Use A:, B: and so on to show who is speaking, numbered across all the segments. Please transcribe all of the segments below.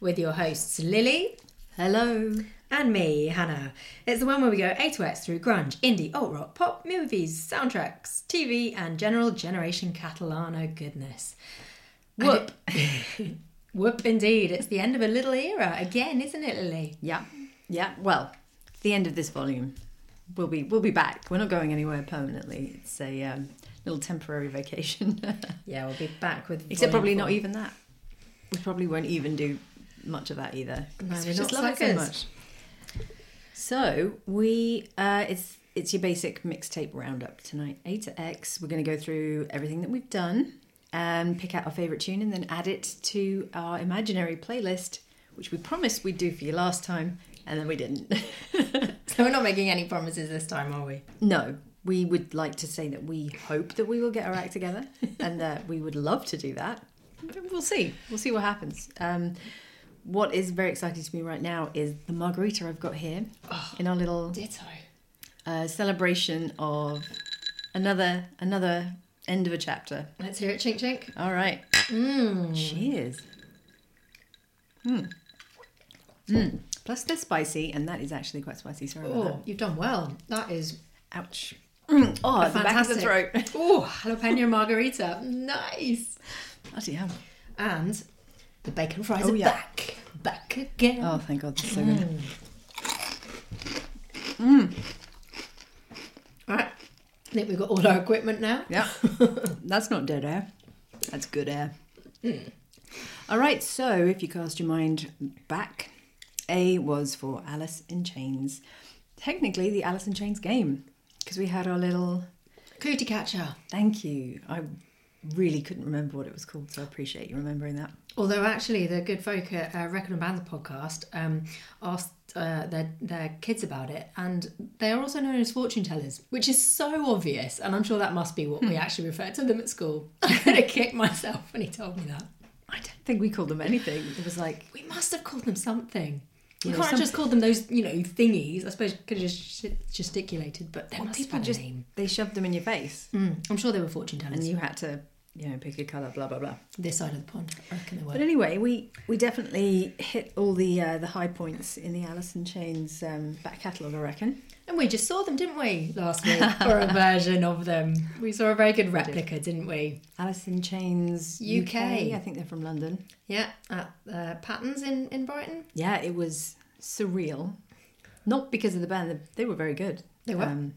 A: with your hosts Lily
B: Hello.
A: and me, Hannah. It's the one where we go A to X through grunge, indie, alt rock, pop, movies, soundtracks, TV, and general generation Catalano goodness. Whoop. Whoop indeed. It's the end of a little era again, isn't it, Lily?
B: Yeah. Yeah. Well, the end of this volume, we'll be we'll be back. We're not going anywhere permanently. It's a um, little temporary vacation.
A: Yeah, we'll be back with.
B: Except probably
A: volume
B: not
A: four.
B: even that. We probably won't even do much of that either.
A: No,
B: 'cause
A: we're
B: we just
A: not
B: love it so
A: suckers.
B: much. So we uh, it's it's your basic mixtape roundup tonight. A to X. We're going to go through everything that we've done and pick out our favorite tune and then add it to our imaginary playlist, which we promised we'd do for you last time, and then we didn't.
A: So we're not making any promises this time, are we?
B: No, we would like to say that we hope that we will get our act together and that we would love to do that. But We'll see. We'll see what happens. Um, what is very exciting to me right now is the margarita I've got here in our little
A: Ditto.
B: uh, celebration of another another end of a chapter.
A: Let's hear it, chink chink.
B: All right. Cheers. Mm. Mm. Plus they're spicy, and that is actually quite spicy. Sorry about
A: Oh, you've done well. That is
B: that. Ouch. Mm. Oh, the back of the
A: fantastic.
B: throat.
A: oh jalapeno margarita. Nice.
B: Bloody hell.
A: And the bacon fries
B: Oh,
A: are
B: yeah.
A: back. Back again.
B: Oh, thank God, that's so good.
A: All right. I think we've got all our equipment now.
B: Yeah, that's not dead air. That's good air. All right, so if you cast your mind back, A was for Alice in Chains. Technically, the Alice in Chains game, because we had our little.
A: Cootie catcher.
B: Thank you. I really couldn't remember what it was called, so I appreciate you remembering that.
A: Although actually, the good folk at uh, Record and Bands podcast um, asked uh, their their kids about it, and they are also known as fortune tellers, which is so obvious. And I'm sure that must be what
B: Hmm.
A: we actually referred to them at school. I'm gonna kick myself when he told me that.
B: I don't think we called them anything. It was like
A: We must have called them something. We can't
B: Yeah,
A: have
B: some-
A: just call them those, you know, thingies. I suppose could have just sh- gesticulated, but there must have
B: people
A: been
B: just Hmm.
A: a name.
B: they shoved them in your face,
A: Mm, I'm sure they were fortune
B: and
A: tellers.
B: you had to, you know, pick a color, blah blah blah.
A: This side of the pond, I reckon they were.
B: But anyway, we, we definitely hit all the uh, the high points in the Alice in Chains um, back catalogue, I reckon.
A: And we just saw them, didn't we, last week, or a version of them? We saw a very good replica, didn't we?
B: Alice in Chains UK.
A: UK.
B: I think they're from London.
A: Yeah, at uh, Patton's in, in Brighton.
B: Yeah, it was surreal. Not because of the band; they- they were very good.
A: They were.
B: Um,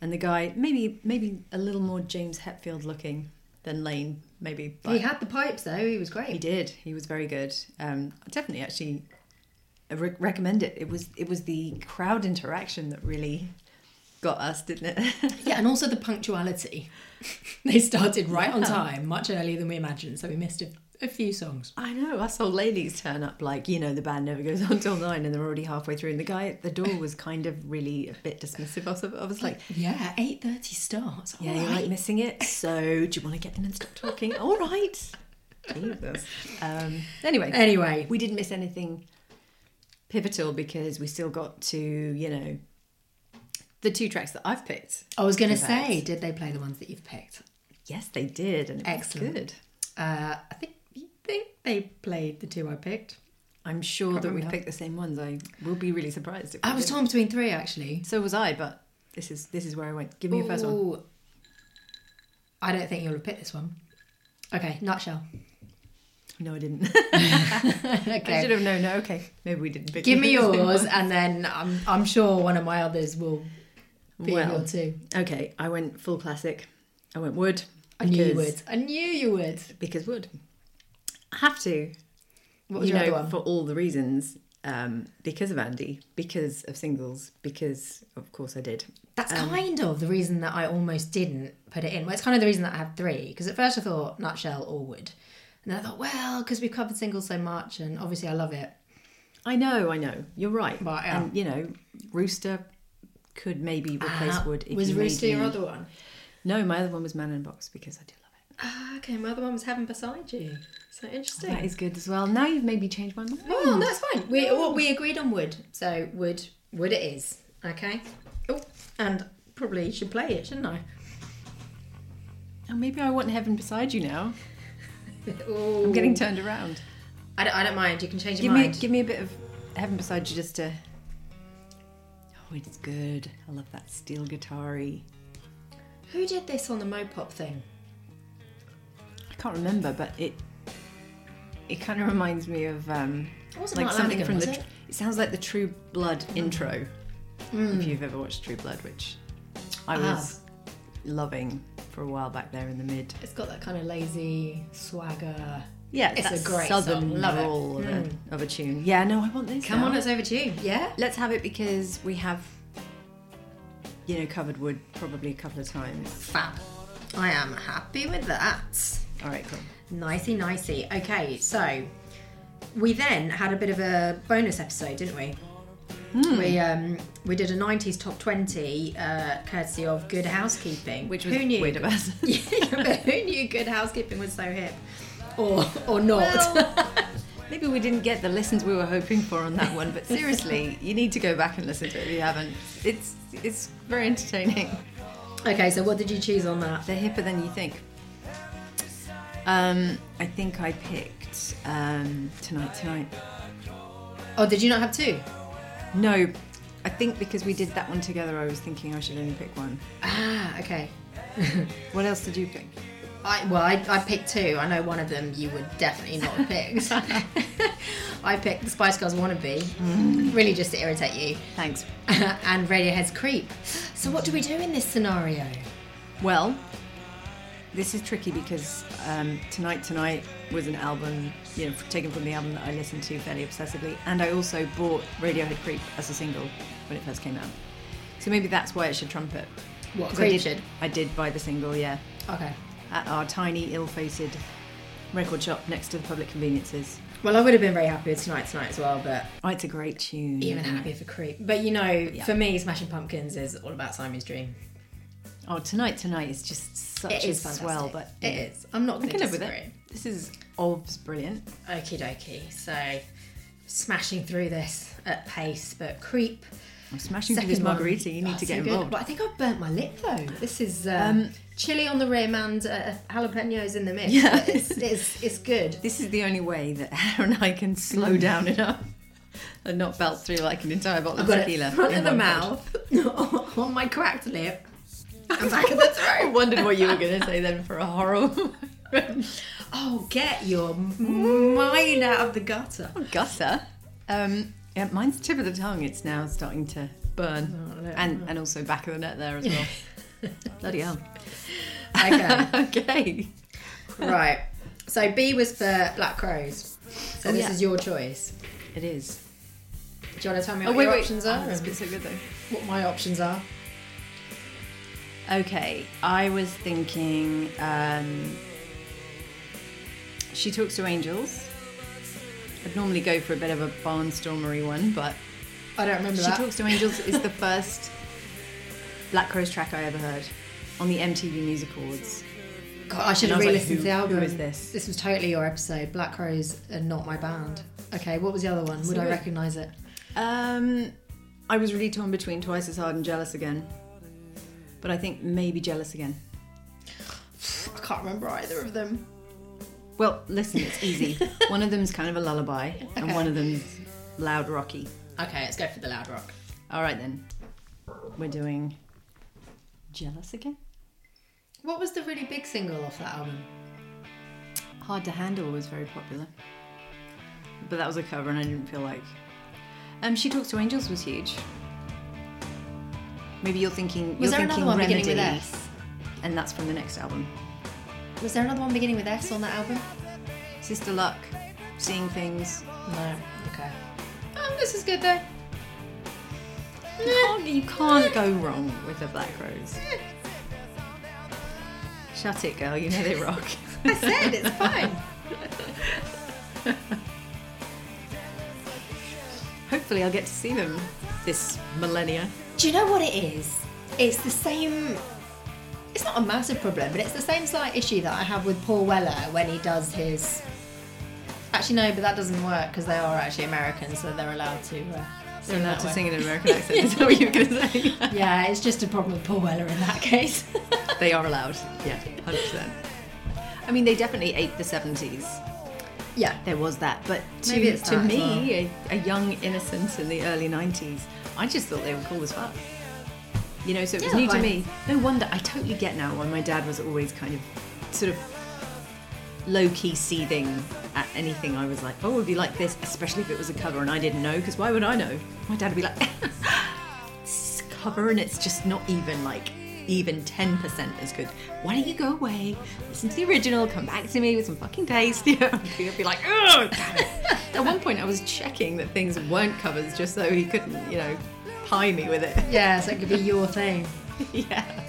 B: and the guy, maybe maybe a little more James Hetfield looking than Lane, maybe. But
A: he had the pipes though, he was
B: He
A: great.
B: did. He was very good. Um, I definitely, actually, I re- recommend it. It was it was the crowd interaction that really got us, didn't it?
A: Yeah, and also the punctuality. they started right on time, much earlier than we imagined, so we missed a, a few songs.
B: I know us old ladies turn up like you know the band never goes on till nine, and they're already halfway through. And the guy at the door was kind of really a bit dismissive. Also, I was like,
A: Yeah, 8.30 starts.
B: "Yeah,
A: all
B: you're like
A: right.
B: missing it. So do you want to get in and stop talking? All right." Jesus. Um, anyway,
A: Anyway,
B: we didn't miss anything pivotal because we still got to you know the two tracks that I've picked.
A: I was going to
B: Congrats.
A: say, did they play the ones that you've picked?
B: Yes, they did, and it
A: Excellent.
B: was good.
A: Uh, I think, think they played the two I picked.
B: I'm sure that we
A: remember.
B: picked the same ones. I will be really surprised. If we
A: I was
B: didn't.
A: torn between three actually.
B: So was I, but this is this is where I went. Give me your first one.
A: Ooh. I don't think you'll repeat this one. Okay, nutshell.
B: No, I didn't. I should
A: okay.
B: have known. No, okay, maybe we didn't. Pick
A: Give me
B: the same
A: yours,
B: one.
A: and then I'm, I'm sure one of my others will be in
B: Well,
A: your two.
B: okay, I went full classic. I went wood.
A: I knew you
B: because-
A: would. I knew you would.
B: because wood. I have to.
A: What was
B: you
A: your
B: know,
A: other one?
B: for all the reasons. Um, because of Andy, because of singles, because of course I did.
A: That's kind of the reason that I almost didn't put it in. Well, it's kind of the reason that I have three because at first I thought nutshell or wood, and then I thought well because we've covered singles so much and obviously I love it.
B: I know, I know. You're right.
A: But, yeah.
B: And you know, Rooster could maybe replace
A: Uh,
B: Wood. If
A: was
B: you
A: Rooster
B: made
A: your
B: me-
A: other one?
B: No, my other one was Man in a Box because I do love it.
A: Ah, okay, my other one was Heaven Beside You. So interesting.
B: That is good as well. Now you've made me change my mind.
A: Oh, that's fine. We well, we agreed on wood, so wood wood it is. Okay. Oh, and probably should play it, shouldn't I?
B: Oh, maybe I want heaven beside you now.
A: Oh,
B: I'm getting turned around.
A: I don't, I don't mind. You can change your
B: Give me,
A: mind.
B: give me a bit of heaven beside you, just to. Oh, it's good. I love that steel guitar-y.
A: Who did this on the Mopop thing?
B: I can't remember, but it it kind of reminds me of um,
A: It wasn't
B: like
A: Mark
B: something
A: Lanegan,
B: from
A: was
B: the.
A: it?
B: It sounds like the True Blood intro. If you've ever watched True Blood, which I
A: I
B: was loving for a while back there in the mid.
A: It's got that kind of lazy swagger.
B: Yeah,
A: It's
B: that
A: a great
B: southern
A: song. Love it. Hmm.
B: drawl Of, a, of a tune. Yeah, no, I want this.
A: Come
B: now.
A: on, it's over to you. Yeah.
B: Let's have it because we have, you know, covered wood probably a couple of times.
A: Fab. I am happy with that.
B: All right, cool.
A: Nicey, nicey. Okay, so we then had a bit of a bonus episode, didn't we?
B: Hmm.
A: We um, we did a '90s top 20 uh, courtesy of Good Housekeeping,
B: Which was
A: who knew?
B: weird of us.
A: Yeah, but who knew Good Housekeeping was so hip, or or not?
B: Well, maybe we didn't get the listens we were hoping for on that one, but seriously, you need to go back and listen to it if you haven't. It's it's very entertaining.
A: okay, so what did you choose on that?
B: They're hipper than you think. Um, I think I picked um, tonight. Tonight.
A: Oh, did you not have two?
B: No, I think because we did that one together, I was thinking I should only pick one.
A: Ah, okay.
B: What else did you pick?
A: I, well, I, I picked two. I know one of them you would definitely not have picked. I picked the Spice Girls Wannabe,
B: Mm.
A: really just to irritate you,
B: Thanks.
A: and Radiohead's Creep. So, what do we do in this scenario?
B: Well, this is tricky because um, Tonight Tonight was an album, you know, taken from the album that I listened to fairly obsessively, and I also bought Radiohead Creep as a single when it first came out. So maybe that's why it should trumpet.
A: What
B: 'Cause I
A: Creep
B: did-
A: should?
B: I did buy the single, yeah,
A: Okay.
B: at our tiny, ill-fated record shop next to the public conveniences.
A: Well, I would have been very happy with Tonight Tonight as well, but
B: Oh, it's a great tune.
A: even
B: isn't it?
A: happier for Creep. But you know, for me, Smashing Pumpkins is all about Simon's Dream.
B: Oh, Tonight Tonight is just such
A: It
B: a
A: is fantastic.
B: swell, but
A: it is. I'm not
B: I
A: going to
B: can live with
A: disagree.
B: it. This is Ov's brilliant.
A: Okie dokie. So, smashing through this at pace, but Creep.
B: I'm smashing through
A: Second
B: this
A: one.
B: margarita. You need
A: Oh,
B: to
A: so
B: get
A: good.
B: involved.
A: Well, I think I've burnt my lip though. This is um, chili on the rim and uh, jalapenos in the mix.
B: Yeah.
A: but it's, it's, it's good.
B: This is the only way that Hannah and I can slow down enough and not belt through like an entire bottle
A: I've
B: of
A: got it
B: tequila.
A: in front
B: in
A: of the
B: one punch.
A: mouth, on my cracked lip, and back of the
B: I
A: throat.
B: wondered what you were going to say then for a horror
A: Oh, get your mind out of the gutter.
B: gutter. Um, yeah, mine's tip of the tongue. It's now starting to burn,
A: Oh, no.
B: and and also back of the net there as well. Bloody hell.
A: Okay,
B: okay.
A: right. So B was for Black Crows. So
B: Oh,
A: this
B: yeah.
A: is your choice.
B: It is.
A: Do you want to tell me what your options are?
B: Oh, it's
A: and
B: been so good though.
A: what my options are?
B: Okay, I was thinking. Um, she talks to angels. I'd normally go for a bit of a barnstormery one, but
A: I don't remember
B: she
A: that.
B: talks to angels is the first Black Crowes track I ever heard on the MTV Music Awards.
A: God, I should
B: And I
A: have
B: was like,
A: re-listened
B: who-
A: to the album.
B: who is this?
A: This was totally your episode. Black Crows are not my band. Okay, what was the other one? Would I
B: good.
A: recognise it?
B: Um, I was really torn between Twice as Hard and Jealous Again, but I think maybe Jealous Again.
A: I can't remember either of them.
B: Well, listen, it's easy. one of them's kind of a lullaby, and
A: Okay.
B: one of them's loud rocky.
A: Okay, let's go for the loud rock.
B: All right then. We're doing jealous again.
A: What was the really big single off that album?
B: Hard to handle was very popular, but that was a cover, and I didn't feel like. Um, she talks to angels was huge. Maybe you're thinking.
A: Was there
B: you're thinking
A: another one
B: Remedy,
A: beginning with S?
B: And that's from the next album.
A: Was there another one beginning with S on that album?
B: Sister Luck, Seeing Things.
A: No. Okay. Um, this is good though.
B: You can't, you can't go wrong with a black rose. Shut it, girl. You know they rock.
A: I said it's fine.
B: Hopefully, I'll get to see them this millennia.
A: Do you know what it is? It's the same. It's not a massive problem, but it's the same slight issue that I have with Paul Weller when he does his. Actually, no, but that doesn't work because they are actually American, so they're allowed to. Uh,
B: They're allowed
A: that
B: to
A: way.
B: sing in an American accent. Is that what you were going to say?
A: Yeah, it's just a problem with Paul Weller in that case.
B: they are allowed. Yeah, hundred percent. I mean, they definitely ate the seventies,
A: Yeah.
B: there was that. But to,
A: Maybe it's
B: to
A: that as
B: me, a, a young innocent in the early 90s, I just thought they were cool as fuck. You know, so it was
A: Yeah,
B: new to
A: fine.
B: me. No wonder, I totally get now why my dad was always kind of sort of low key seething at anything I was like, oh, it would be like this, especially if it was a cover and I didn't know, because why would I know? My dad would be like, "This is a cover and it's just not even like even 10% as good. Why don't you go away, listen to the original, come back to me with some fucking taste? You know, I'd be like, oh, damn it. At one point, I was checking that things weren't covers just so he couldn't, you know, pie me with it.
A: Yeah, so it could be your thing.
B: yeah.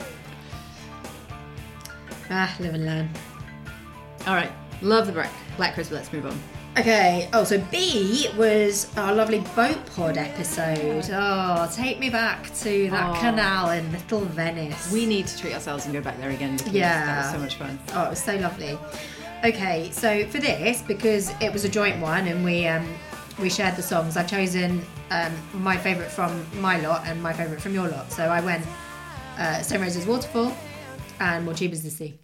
A: Ah, live and learn.
B: All right. Love the Black, Black Crisp. Let's move on.
A: Okay, oh, so B was our lovely boat pod episode. Oh, take me back to that
B: Oh.
A: canal in Little Venice.
B: We need to treat ourselves and go back there again because that
A: Yeah.
B: was so much fun.
A: Oh, it was so lovely. Okay, so for this, because it was a joint one and we um, we shared the songs, I've chosen um, my favourite from my lot and my favourite from your lot. So I went uh, Stone Roses Waterfall and More Cheap is the Sea.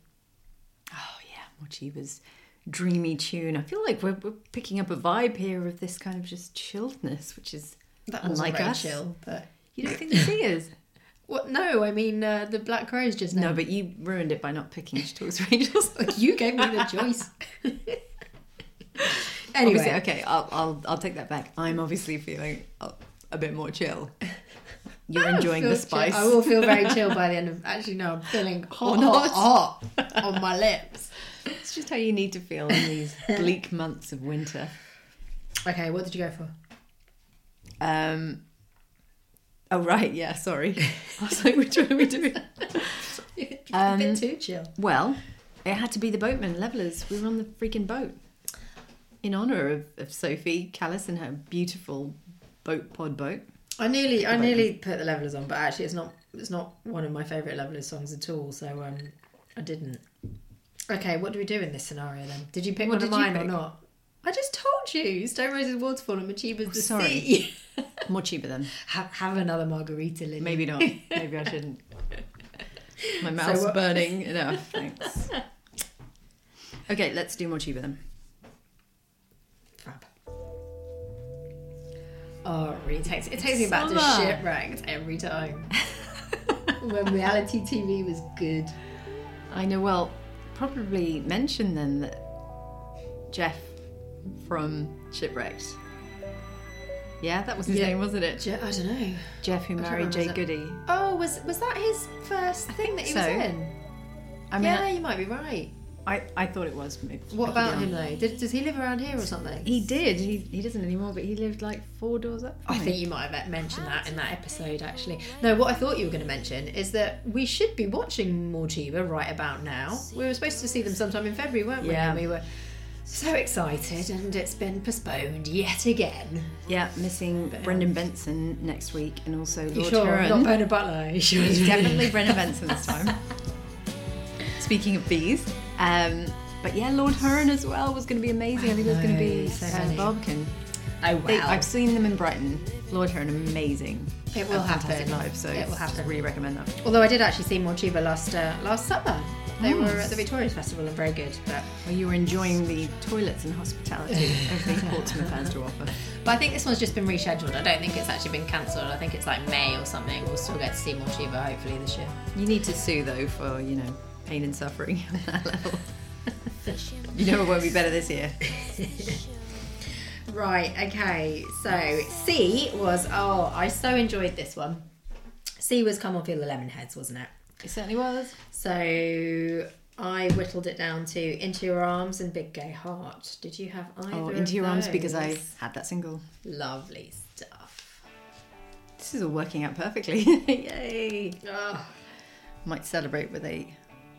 B: Oh yeah, Mochiba's dreamy tune. I feel like we're, we're picking up a vibe here of this kind of just chilledness, which is
A: That was
B: unlike
A: very
B: us.
A: chill, but
B: You don't think the singers?
A: what? No, I mean uh, the Black Crows just now.
B: no, but you ruined it by not picking She Talks to Angels.
A: you gave me the choice.
B: Obviously,
A: anyway,
B: okay, I'll, I'll I'll take that back. I'm obviously feeling a, a bit more chill. You're
A: I
B: enjoying
A: feel
B: the
A: chill-
B: spice.
A: I will feel very chill by the end of. Actually, no, I'm feeling hot,
B: not.
A: hot, hot on my lips.
B: It's just how you need to feel in these bleak months of winter.
A: Okay, what did you go for?
B: Um, oh right, yeah. Sorry, I was like, which one are we doing?
A: a bit Um, too chill.
B: Well, it had to be the boatmen, levelers. We were on the freaking boat in honor of, of Sophie Callis and her beautiful boat pod boat.
A: I nearly, I nearly put the levelers on, but actually, it's not, it's not one of my favourite levelers songs at all. So um, I didn't. Okay, what do we do in this scenario then? Did you pick
B: What
A: one of
B: did you
A: mine or
B: pick?
A: not? I just told you, Stone Roses Waterfall and Machiba's the
B: sorry.
A: Sea.
B: More cheaper then.
A: have, have another margarita, Lily.
B: Maybe not. Maybe I shouldn't. My mouth's
A: what-
B: burning enough. Thanks. Okay, let's do more cheaper then.
A: Fab. Oh, it really takes it takes me back to
B: Summer.
A: shipwrecked every time. when reality TV was good.
B: I know. Well, probably mention then that Jeff from Shipwrecked. Yeah, that was his
A: Yeah.
B: name, wasn't it?
A: I don't know.
B: Jeff, who
A: can't remember
B: married Jay
A: his-
B: Goody.
A: Oh, was was that his first thing that he was
B: so.
A: in?
B: I mean,
A: yeah, you might be right.
B: I, I thought it was. It-
A: What
B: I could
A: about
B: be
A: him
B: wrong.
A: though? Did, does he live around here or something?
B: He did. He, he doesn't anymore, but he lived like four doors up. from
A: I
B: me.
A: think Oh, you might have mentioned that in that episode, actually. No, what I thought you were going to mention is that we should be watching Mortiba right about now. We were supposed to see them sometime in February, weren't we?
B: Yeah.
A: And we were so excited, and it's been postponed yet again.
B: Yeah, missing Brendan Benson next week and also Lord
A: Not
B: Huron.
A: Bona Butler. You sure?
B: It's Definitely Brendan Benson this time. Speaking of bees. Um, but yeah, Lord Huron as well was going to be amazing. I think it was going to be
A: know, so
B: uh,
A: many.
B: Barbican.
A: Oh,
B: They,
A: wow.
B: I've seen them in Brighton. Lord Huron, amazing.
A: It will
B: A Fantastic
A: happen.
B: live, so
A: It will
B: just
A: happen.
B: Really recommend that.
A: Although I did actually see Mortiba last, uh, last summer. They
B: Oh.
A: were at the Victoria's Festival and very good. But,
B: Well, you were enjoying the toilets and hospitality everything Portsmouth has to offer.
A: but I think this one's just been rescheduled. I don't think it's actually been cancelled. I think it's like May or something. We'll still get to see Mortiba hopefully this year.
B: You need to sue though for you know pain and suffering on that level. you know it won't be better this year.
A: Right, okay. So C was oh, I so enjoyed this one. C was Come on Feel the Lemon Heads, wasn't it?
B: It certainly was.
A: So I whittled it down to Into Your Arms and Big Gay Heart. Did you have either?
B: Oh,
A: of
B: into your arms because I
A: those?
B: had that single.
A: lovely stuff.
B: This is all working out perfectly. Yay!
A: Oh.
B: Might celebrate with a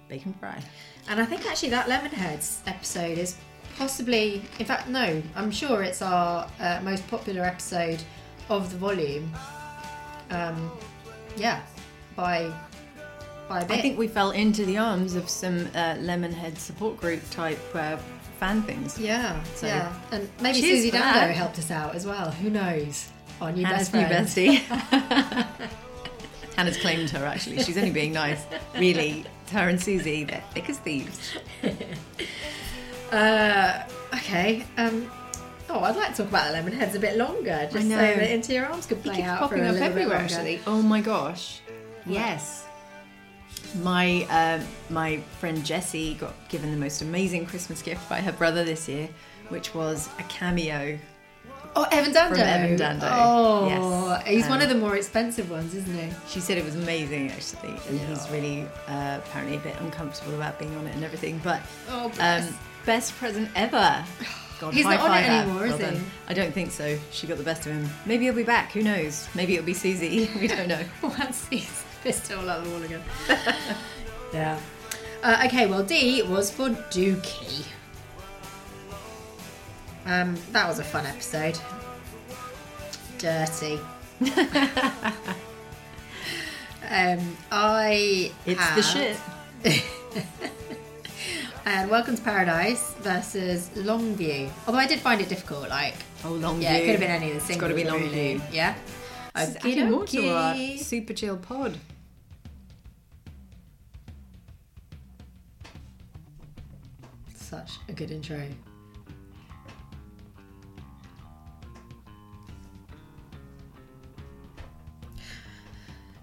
B: bacon fry.
A: And I think actually that Lemon Heads episode is possibly, in fact, no, I'm sure it's our uh, most popular episode of the volume. Um, yeah, by by a bit.
B: I think we fell into the arms of some uh, Lemonhead support group type uh, fan things.
A: Yeah,
B: So-
A: yeah, and maybe
B: Cheers
A: Susie
B: for
A: Dando
B: that.
A: helped us out as well. Who knows? Our new
B: Hannah's
A: best friend.
B: new bestie. Hannah's claimed her actually. She's only being nice. Really, her and Susie, they're thick as thieves.
A: Uh, okay. Um, oh, I'd like to talk about the lemon heads a bit longer, just
B: know.
A: so that into your arms could
B: He
A: play
B: keeps
A: out
B: popping
A: for a
B: up
A: little
B: everywhere.
A: bit longer.
B: Actually, oh my gosh, yes. My um my friend Jessie got given the most amazing Christmas gift by her brother this year, which was a cameo.
A: Oh, Evan Dando.
B: From Evan Dando.
A: Oh,
B: Yes.
A: he's
B: Um,
A: one of the more expensive ones, isn't he?
B: She said it was amazing actually, and he's
A: Yeah.
B: really uh, apparently a bit uncomfortable about being on it and everything. But
A: Oh, bless.
B: um, best present ever. God,
A: He's not
B: high
A: on it
B: five her.
A: anymore, is
B: Well done.
A: he?
B: I don't think so. She got the best of him. Maybe he'll be back. Who knows? Maybe it'll be Susie. We don't know.
A: Once he's pissed all out the wall again. yeah. Uh, okay, well, D was for Dookie. Um, that was a fun episode. Dirty. um, I.
B: It's the
A: had-
B: shit.
A: I had Welcome to Paradise versus Longview. Although I did find it difficult, like.
B: Oh, long
A: Yeah, it
B: view.
A: could have been any of the singles.
B: It's got to be long
A: really.
B: view.
A: Yeah.
B: This is adding more to our
A: Okey-dokey.
B: super chill pod.
A: Such a good intro.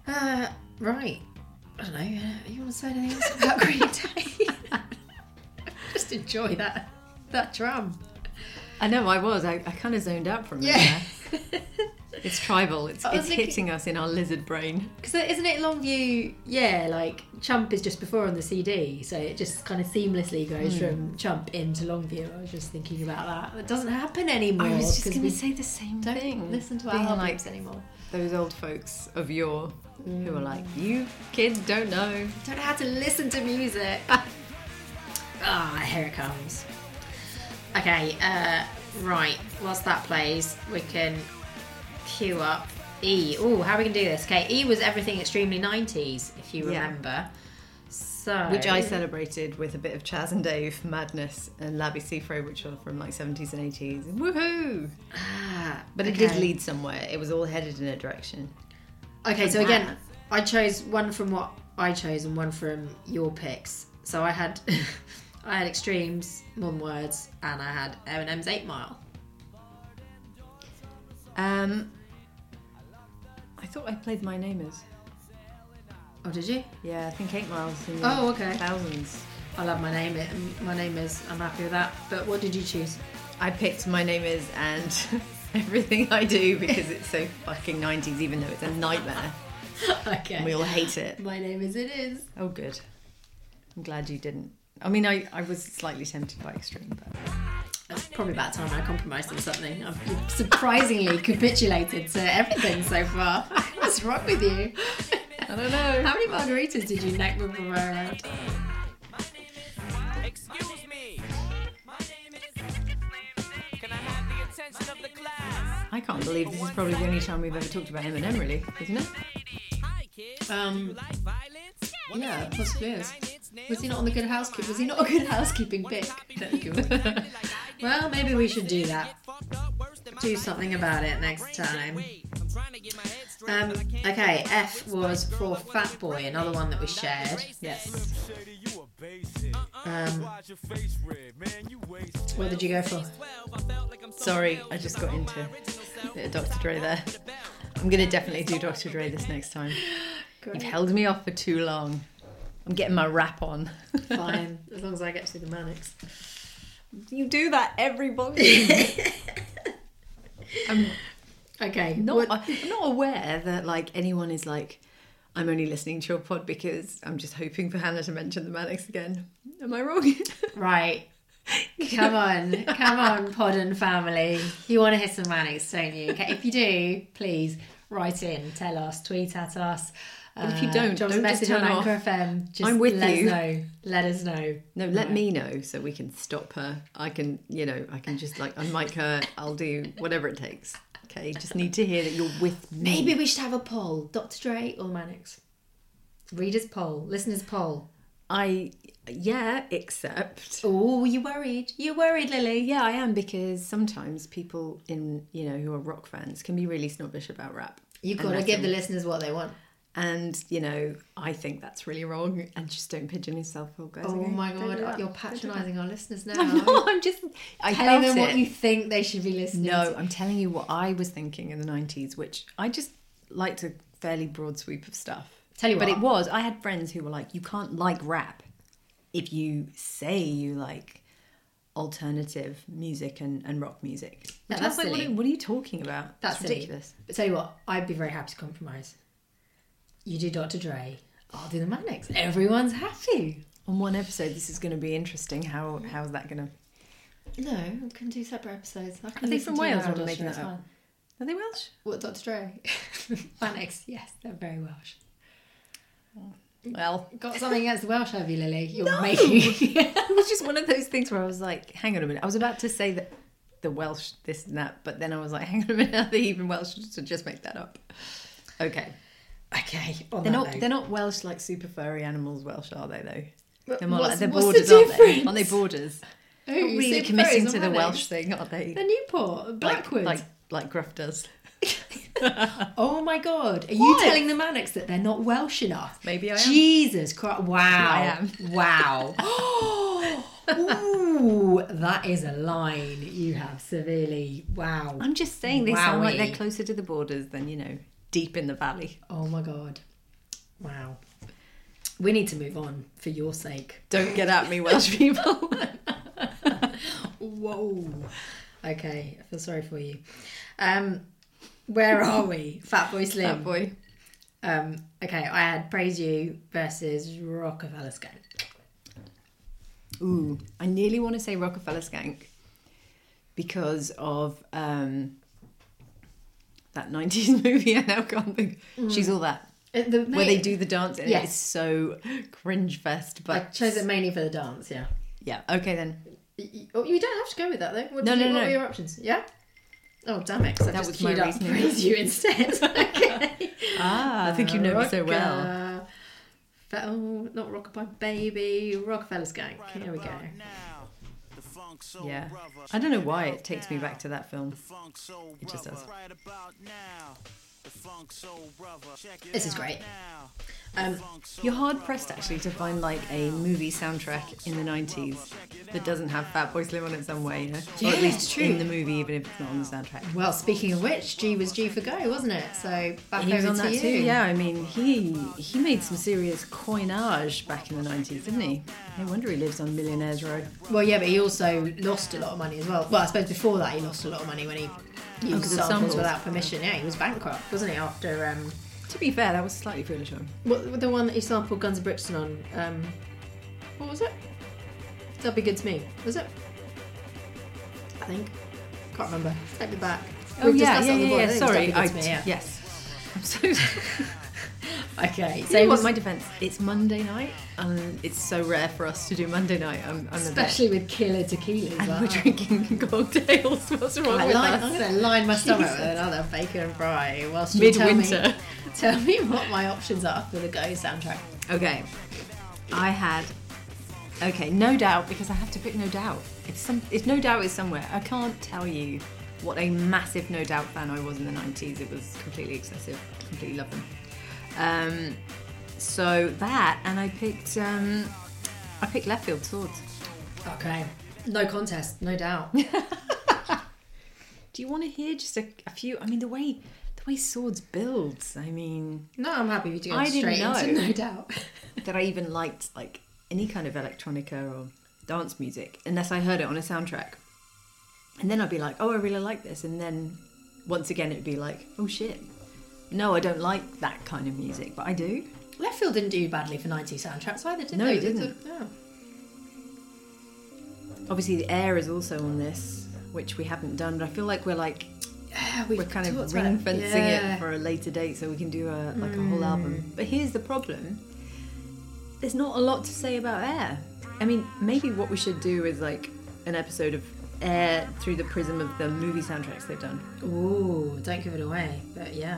A: Uh, right. I don't know. uh, You want to say anything else about Green Day? Just enjoy that that drum.
B: I know I was. I, I kind of zoned out from
A: Yeah.
B: there. It's tribal. It's,
A: I was
B: it's
A: thinking-
B: hitting us in our lizard brain.
A: Because isn't it Longview? Yeah, like Chump is just before on the CD, so it just kind of seamlessly
B: Hmm.
A: goes from Chump into Longview. I was just thinking about that. That doesn't happen anymore.
B: I was just
A: 'cause
B: going
A: we
B: to say the same
A: don't
B: thing.
A: listen to
B: Being
A: our
B: like
A: albums anymore.
B: those old folks of yore who are like,
A: Mm.
B: you kids don't know.
A: don't know how to listen to music. Ah, here it comes. Okay, uh, right. Whilst that plays, we can queue up E. Oh, how are we going to do this? Okay, E was everything extremely 90s, if you
B: Yeah.
A: remember. So.
B: Which I celebrated with a bit of Chaz and Dave Madness and Labby Seafro, which are from like 70s and 80s. Woohoo!
A: Ah,
B: But it did
A: okay.
B: lead somewhere. It was all headed in a direction.
A: Okay, so
B: Wow.
A: again, I chose one from what I chose and one from your picks. So I had, I had extremes, mum words, and I had Eminem's Eight Mile.
B: Um, I thought I played my name as.
A: Oh, did you?
B: Yeah, I think eight miles in
A: Oh, okay.
B: thousands.
A: I love my name. It, my name is. I'm happy with that. But what did you choose?
B: I picked my name is and everything I do because it's so fucking 90s, even though it's a nightmare. And we
A: okay.
B: all hate it.
A: My name is. It is.
B: Oh, good. I'm glad you didn't. I mean, I, I was slightly tempted by extreme, but
A: It's probably about time I compromised on something. I've surprisingly capitulated to everything so far. What's wrong with you?
B: I don't know.
A: How many margaritas did you neck when we were around?
C: Excuse me. My name is. Can I have the attention of the class?
B: I can't believe this is probably the only time we've ever talked about Eminem, really, isn't it?
C: Hi, kids.
A: Um,
C: Like violence?
A: yeah, it possibly is. Was he not on the good housekeeping? Was he not a good housekeeping pick? well, maybe we should do that. Do something about it next time.
C: I'm trying to get my head straight.
A: Um, okay, F was for Fat Boy, another one that we shared.
B: Yes.
D: Shady, you a basic.
A: Um,
D: Watch your face red, man. You wasted.
A: what did you go for?
B: Sorry, I just got into a bit of Dr. Dre there. I'm going to definitely do Dr. Dre this next time. You've held me off for too long. I'm getting my rap on.
A: Fine, as long as I get to the Manics.
B: You do that every volume. I'm
A: Okay.
B: not,
A: what-
B: I'm not aware that like anyone is like, I'm only listening to your pod because I'm just hoping for Hannah to mention the Manics again. Am I wrong?
A: right. Come on, come on, Podden family. You want to hear some Manics, don't you? Okay, if you do, please write in, tell us, tweet at us.
B: But if you
A: Uh,
B: don't,
A: drop us a
B: don't just
A: message
B: turn
A: on
B: off.
A: Anchor FM. Just
B: I'm with
A: let
B: you.
A: us know. Let us know.
B: No, let me know so we can stop her. I can, you know, I can just like unmic her. I'll do whatever it takes. Okay, just need to hear that you're with me.
A: Maybe we should have a poll: Dr. Dre or Manics? Readers poll, listeners poll.
B: I, yeah, except.
A: Oh, you worried? You worried, Lily?
B: Yeah, I am because sometimes people in, you know, who are rock fans can be really snobbish about rap.
A: You've got
B: And
A: to
B: that's
A: give
B: a-
A: the listeners what they want.
B: And you know, I think that's really wrong. And just don't pigeon yourself, for guys.
A: Oh
B: okay?
A: my
B: Don't do
A: god,
B: that.
A: you're
B: Don't do that.
A: patronising our listeners now.
B: No, I'm just I
A: Telling
B: felt
A: them what
B: it.
A: you think they should be listening
B: No,
A: to.
B: I'm telling you what I was thinking in the 90s, which I just liked a fairly broad sweep of stuff.
A: Tell you
B: but
A: what.
B: it was. I had friends who were like, you can't like rap if you say you like alternative music and, and rock music.
A: Yeah,
B: Which I
A: that's
B: was like, what
A: silly.
B: are, what are you talking about?
A: That's
B: It's
A: silly.
B: ridiculous.
A: But tell you what, I'd be very happy to compromise. You do Dr. Dre, I'll do the Manics. Everyone's happy.
B: On one episode, this is going to be interesting. How How's that going to...
A: No, we can do separate episodes. I
B: Are
A: can
B: they
A: listen
B: from
A: to
B: Wales
A: Harold
B: or are they
A: Australia,
B: making
A: it's
B: that up?
A: fine.
B: Are they Welsh?
A: What, Dr. Dre? Manics, yes, they're very Welsh.
B: Well,
A: Got something against the Welsh, have you, Lily? You're making.
B: it was just one of those things where I was like, hang on a minute. I was about to say that the Welsh this and that, but then I was like, hang on a minute, are they even Welsh to just make that up? Okay.
A: okay, on
B: They're
A: that
B: not
A: note.
B: they're not Welsh like super furry animals Welsh, are they though?
A: But
B: They're more
A: what's-
B: like they're
A: what's
B: borders,
A: the
B: aren't they?
A: difference?
B: Aren't they borders?
A: Oh,
B: Not
A: you
B: really
A: said
B: committing
A: furries,
B: to the
A: aren't they?
B: Welsh thing, are they?
A: The Newport,
B: like
A: Blackwood.
B: like like Gruff does.
A: oh my God. Are
B: What?
A: you telling the Manics that they're not Welsh enough?
B: Maybe I am.
A: Jesus Christ. Wow.
B: I am.
A: Wow. Ooh, that is a line you have severely. Wow.
B: I'm just saying they sound like they're
A: Wowie.
B: closer to the borders than, you know, deep in the valley.
A: Oh my God. Wow. We need to move on for your sake.
B: Don't get at me, Welsh people.
A: Whoa. Okay, I feel sorry for you. Um, where are we? Fat Boy Slim.
B: That boy.
A: Um, okay, I had Praise You versus Rockefeller Skank.
B: Ooh, I nearly want to say Rockefeller Skank because of um, that 90s movie. I now can't think. She's all that.
A: Uh, The main,
B: Where they do the dance and
A: Yes.
B: it's so cringe fest.
A: I
B: But
A: chose it mainly for the dance, yeah.
B: Yeah, okay then.
A: Y- y- oh, You don't have to go with that, though. What,
B: No,
A: did you,
B: no,
A: what
B: no.
A: were your options? Yeah? Oh, damn it. 'cause I
B: That
A: just
B: was my
A: queued up
B: reasoning.
A: Praise You instead. okay.
B: Ah, I think you know me so well.
A: Rocka- Fe- Oh, not Rockabye Baby, Rockefeller Skank.
D: Right
A: Here we go.
D: about now, the funk soul
B: Yeah.
D: brother.
B: I don't know why it takes me back to that film.
D: The funk soul
B: It just
D: brother.
B: does.
D: Right about now, the funk soul brother. Check it
A: This is
D: out
A: great.
D: now,
A: Um,
D: the funk soul
B: You're hard
D: brother.
B: pressed actually to find like a movie soundtrack in the 90s that doesn't have Fatboy Slim on it some way, you know? or at
A: Yeah,
B: least in the movie, even if it's not on the soundtrack.
A: Well, speaking of which, G was due for go, wasn't it? So back
B: He was
A: over
B: on
A: to
B: that
A: you.
B: too. Yeah, I mean, he he made some serious coinage back in the nineties, didn't he? No wonder he lives on Millionaires Road.
A: Well, yeah, but he also lost a lot of money as well. Well, I suppose before that he lost a lot of money when he used
B: Oh, 'cause of
A: samples,
B: samples.
A: without permission. Yeah, he was bankrupt, wasn't he? After um,
B: To be fair, that was slightly foolish of him.
A: what, the one that he sampled Guns N' Brixton on. Um, what was it? That'd be good to me. Was it? I think. Can't remember. Take me back. We've discussed it on the board. I think it was
B: Sorry, I,
A: That'd Be Good to Me, yeah.
B: yes. I'm so.
A: Okay,
B: So
A: so
B: you
A: it
B: know what?
A: was,
B: My defence. It's Monday night, and it's so rare for us to do Monday night. I'm, I'm a bit-
A: especially with killer tequila.
B: and
A: as well.
B: we're drinking cocktails. What's wrong
A: I'm
B: with
A: gonna line-
B: us?
A: I'm going to line my stomach with
B: Jesus.
A: another bacon fry whilst you tell me,
B: Midwinter.
A: tell me what my options are for the Go soundtrack.
B: Okay. I had Okay, no doubt because I have to pick no doubt. If some if no doubt is somewhere, I can't tell you what a massive no doubt fan I was in the 90s. It was completely excessive. Completely love them. Um so that and I picked um I picked left field swords.
A: Okay. No contest, no doubt.
B: Do you want to hear just a, a few I mean the way the way swords builds, I mean
A: No, I'm happy with you going
B: I didn't
A: straight into
B: know.
A: no doubt.
B: that I even liked like any kind of electronica or dance music unless I heard it on a soundtrack. And then I'd be like, oh, I really like this. And then once again, it'd be like, oh shit. No, I don't like that kind of music, but I do.
A: Left Field didn't do badly for 90 soundtracks either, did
B: No,
A: they? oh.
B: it didn't.
A: It's a- yeah.
B: Obviously, the air is also on this, which we haven't done, but I feel like we're like,
A: Yeah,
B: we're kind of ring fencing it for a later date so we can do a, like a whole
A: Mm.
B: album. But here's the problem there's not a lot to say about air. I mean, maybe what we should do is like an episode of air through the prism of the movie soundtracks they've done.
A: Ooh, don't give it away. But yeah.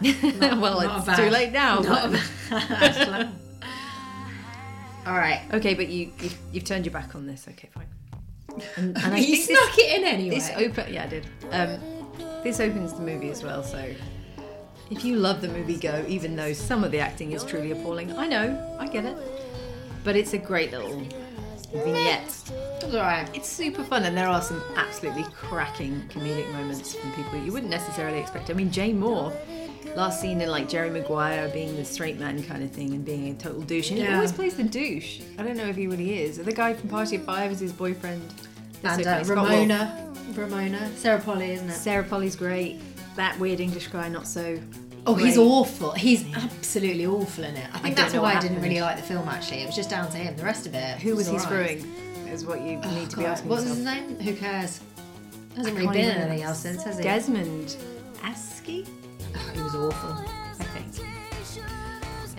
B: well,
A: not
B: it's
A: bad-
B: too late now.
A: Not
B: but-
A: a bad plan. All right.
B: okay, but you, you you've turned your back on this. Okay, fine. And, and I
A: you
B: think
A: snuck
B: this,
A: it in anyway.
B: this open yeah I did. Um, this opens the movie as well, so If you love the movie Go, even though some of the acting is truly appalling, I know, I get it. But it's a great little vignette. It's alright. It's super fun, and there are some absolutely cracking comedic moments from people you wouldn't necessarily expect. I mean, Jay Moore, last seen in like Jerry Maguire being the straight man kind of thing and being a total douche, and he
A: Yeah.
B: always plays the douche. I don't know if he really is. The guy from Party of Five is his boyfriend. That's
A: And
B: okay,
A: uh,
B: Scott Wolf.
A: Ramona. Ramona. Sarah Polly, isn't it?
B: Sarah Polly's great. That weird English guy, not so.
A: Oh, he's
B: great.
A: awful. He's absolutely awful in it. I think
B: don't
A: that's
B: know
A: why I
B: what
A: didn't
B: happened.
A: really like the film. Actually, it was just down to him. The rest of it.
B: Who was he
A: alright.
B: screwing? Is what you
A: Oh,
B: need to be
A: God.
B: asking
A: What was
B: yourself.
A: his name? Who cares?
B: I
A: Hasn't really
B: can't
A: been
B: even
A: anything
B: remember.
A: else since, has he?
B: Desmond Askey,
A: Oh, he was awful.
B: I think.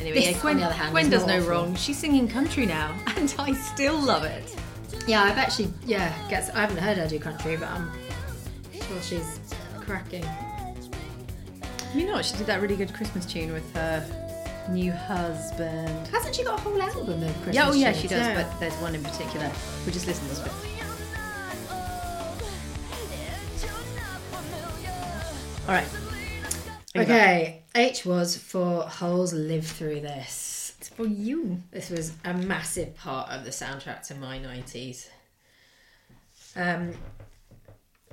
B: Anyway,
A: This,
B: yeah,
A: on
B: Gwen,
A: the other hand,
B: Gwen
A: is
B: does
A: not
B: no
A: awful.
B: wrong. She's singing country now, and I still love it.
A: Yeah, I've actually yeah. Gets, I haven't heard her do country, but I'm sure she's cracking.
B: You know what? She did that really good Christmas tune with her new husband.
A: Hasn't she got a whole album of Christmas?
B: Yeah, oh yeah, she
A: tunes?
B: does.
A: No.
B: But there's one in particular. We'll just listen to this bit. All right. Here we go.
A: okay, H was for holes live through this.
B: It's for you.
A: This was a massive part of the soundtrack to my nineties. Um,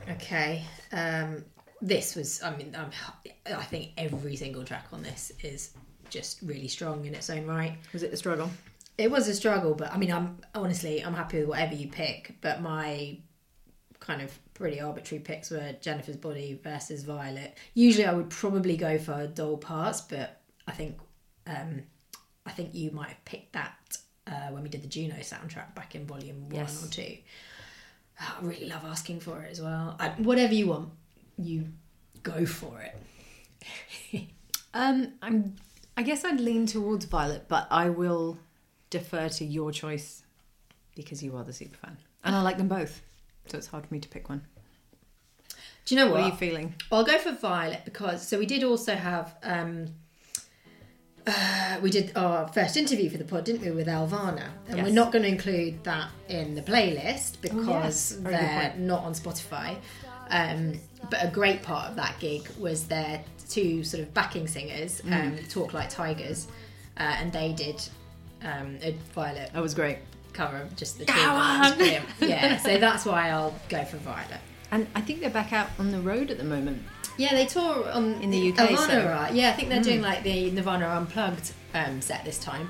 A: okay, um, this was. I mean, um, I think every single track on this is just really strong in its own right.
B: Was it a struggle?
A: It was a struggle, but I mean, I'm honestly, I'm happy with whatever you pick. But my kind of pretty arbitrary picks were Jennifer's Body versus Violet. Usually, I would probably go for Doll Parts, but I think, um, I think you might have picked that uh, when we did the Juno soundtrack back in Volume One
B: Yes.
A: or Two. Ah, I really love asking for it as well. I, whatever you want, you go for it.
B: Um, I'm. I guess I'd lean towards Violet, but I will defer to your choice because you are the super fan, and I like them both, so it's hard for me to pick one.
A: Do you know what?
B: What, are you feeling?
A: I'll go for Violet because so we did also have um uh, we did our first interview for the pod, didn't we, with Alvana? And
B: Yes. Oh,
A: we're not going to include that in the playlist because
B: Very good
A: they're
B: point.
A: not on Spotify. Um, but a great part of that gig was their two sort of backing singers,
B: Mm.
A: um, Talk Like Tigers, uh, and they did um, a Violet
B: That was great,
A: cover of just the
B: Go
A: two. of them. It was
B: on!
A: brilliant. yeah, so that's why I'll go for Violet.
B: and I think they're back out on the road at the moment.
A: Yeah, they tour on
B: In the UK,
A: Nirvana,
B: so- Hmm.
A: right? Yeah, I think they're doing like the Nirvana Unplugged um, set this time.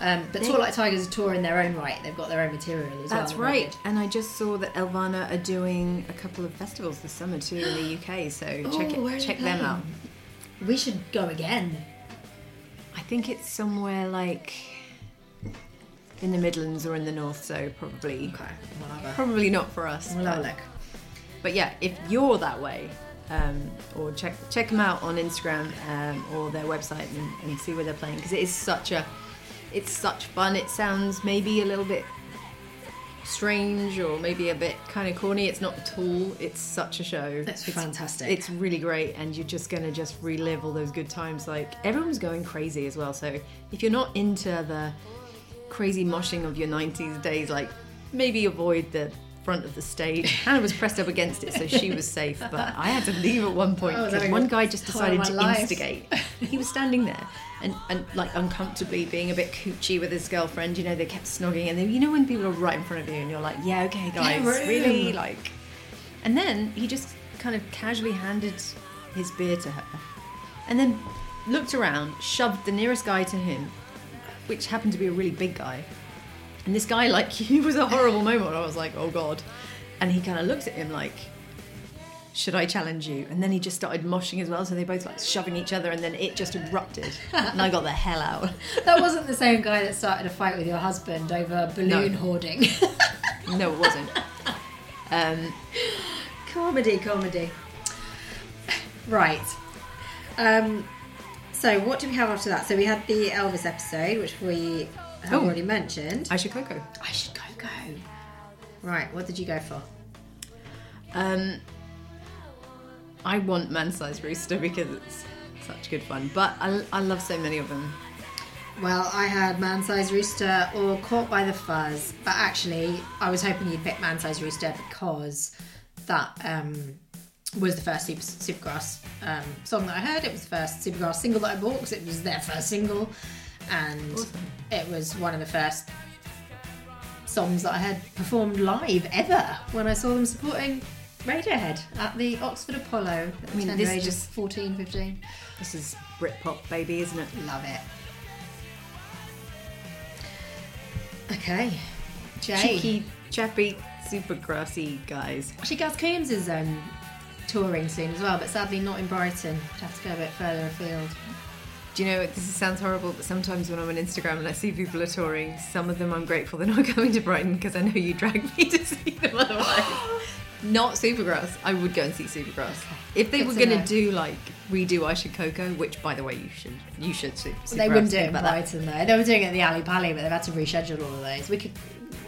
A: Um, but Talk Like Tigers are tour in their own right. They've got their own material as well.
B: That's
A: haven't
B: right, and I just saw that Elvana are doing a couple of festivals this summer too in the UK. So check
A: where are they
B: it, check them
A: playing?
B: out.
A: they? We should go again.
B: I think it's somewhere like in the Midlands or in the North, so probably
A: Okay, we'll have a,
B: probably not for us.
A: we'll
B: but-
A: have a look.
B: But yeah, if you're that way, um, or check check them out on Instagram um, or their website and, and see where they're playing because it is such a it's such fun. It sounds maybe a little bit strange or maybe a bit kind of corny. It's not at all. It's such a show.
A: That's
B: it's,
A: fantastic.
B: It's really great, and you're just gonna just relive all those good times. Like everyone's going crazy as well. So if you're not into the crazy moshing of your 90s days, like maybe avoid the front of the stage. Hannah was pressed up against it, so she was safe, but I had to leave at one point
A: I Oh, was
B: because
A: having
B: one
A: the
B: guy just
A: time of
B: decided
A: my
B: to
A: life.
B: instigate. He was standing there and, and like uncomfortably being a bit coochie with his girlfriend, you know, they kept snogging and then you know when people are right in front of you and you're like, Yeah, okay guys,
A: room."
B: really like and then he just kind of casually handed his beer to her and then looked around, shoved the nearest guy to him, which happened to be a really big guy. And this guy, like, he was a horrible moment. I was like, oh god. And he kind of looked at him like, should I challenge you? And then he just started moshing as well. So they both like shoving each other, and then it just erupted. and I got the hell out.
A: That wasn't the same guy that started a fight with your husband over balloon
B: No.
A: hoarding.
B: No, it wasn't. Um,
A: comedy, comedy. Right. Um, so what do we have after that? So we had the Elvis episode, which we have
B: Oh.
A: already mentioned.
B: Aisha Coco.
A: I should go go. Right, what did you go for?
B: Um, I want Man Sized Rooster because it's such good fun. But I, I love so many of them.
A: Well, I had Man Sized Rooster or Caught by the Fuzz, but actually, I was hoping you'd pick Man Sized Rooster because that um, was the first Super, Supergrass um, song that I heard. It was the first Supergrass single that I bought because it was their first single, and it was one of the first songs that I had performed live ever when I saw them supporting Radiohead at the Oxford Apollo at the
B: I mean,
A: tender
B: this
A: age
B: just-
A: of 14, 15.
B: This is Britpop, baby, isn't it?
A: Love it. Okay, Jay.
B: Cheeky, chappy, super grassy guys.
A: Actually, Gaz Coombs is um, touring soon as well, but sadly not in Brighton. I'd have to go a bit further afield.
B: Do you know what? This sounds horrible, but sometimes when I'm on Instagram and I see people are touring, some of them I'm grateful they're not coming to Brighton because I know you dragged me to see them otherwise. not Supergrass. I would go and see Supergrass if they
A: Good
B: were
A: to
B: going
A: know.
B: to do like redo I Should Coco, which by the way you should you should. Su-
A: they
B: Supergrass,
A: wouldn't do
B: think
A: it in
B: about that.
A: Brighton though. They were doing it at the Alley Pally, but they've had to reschedule all of those. We could.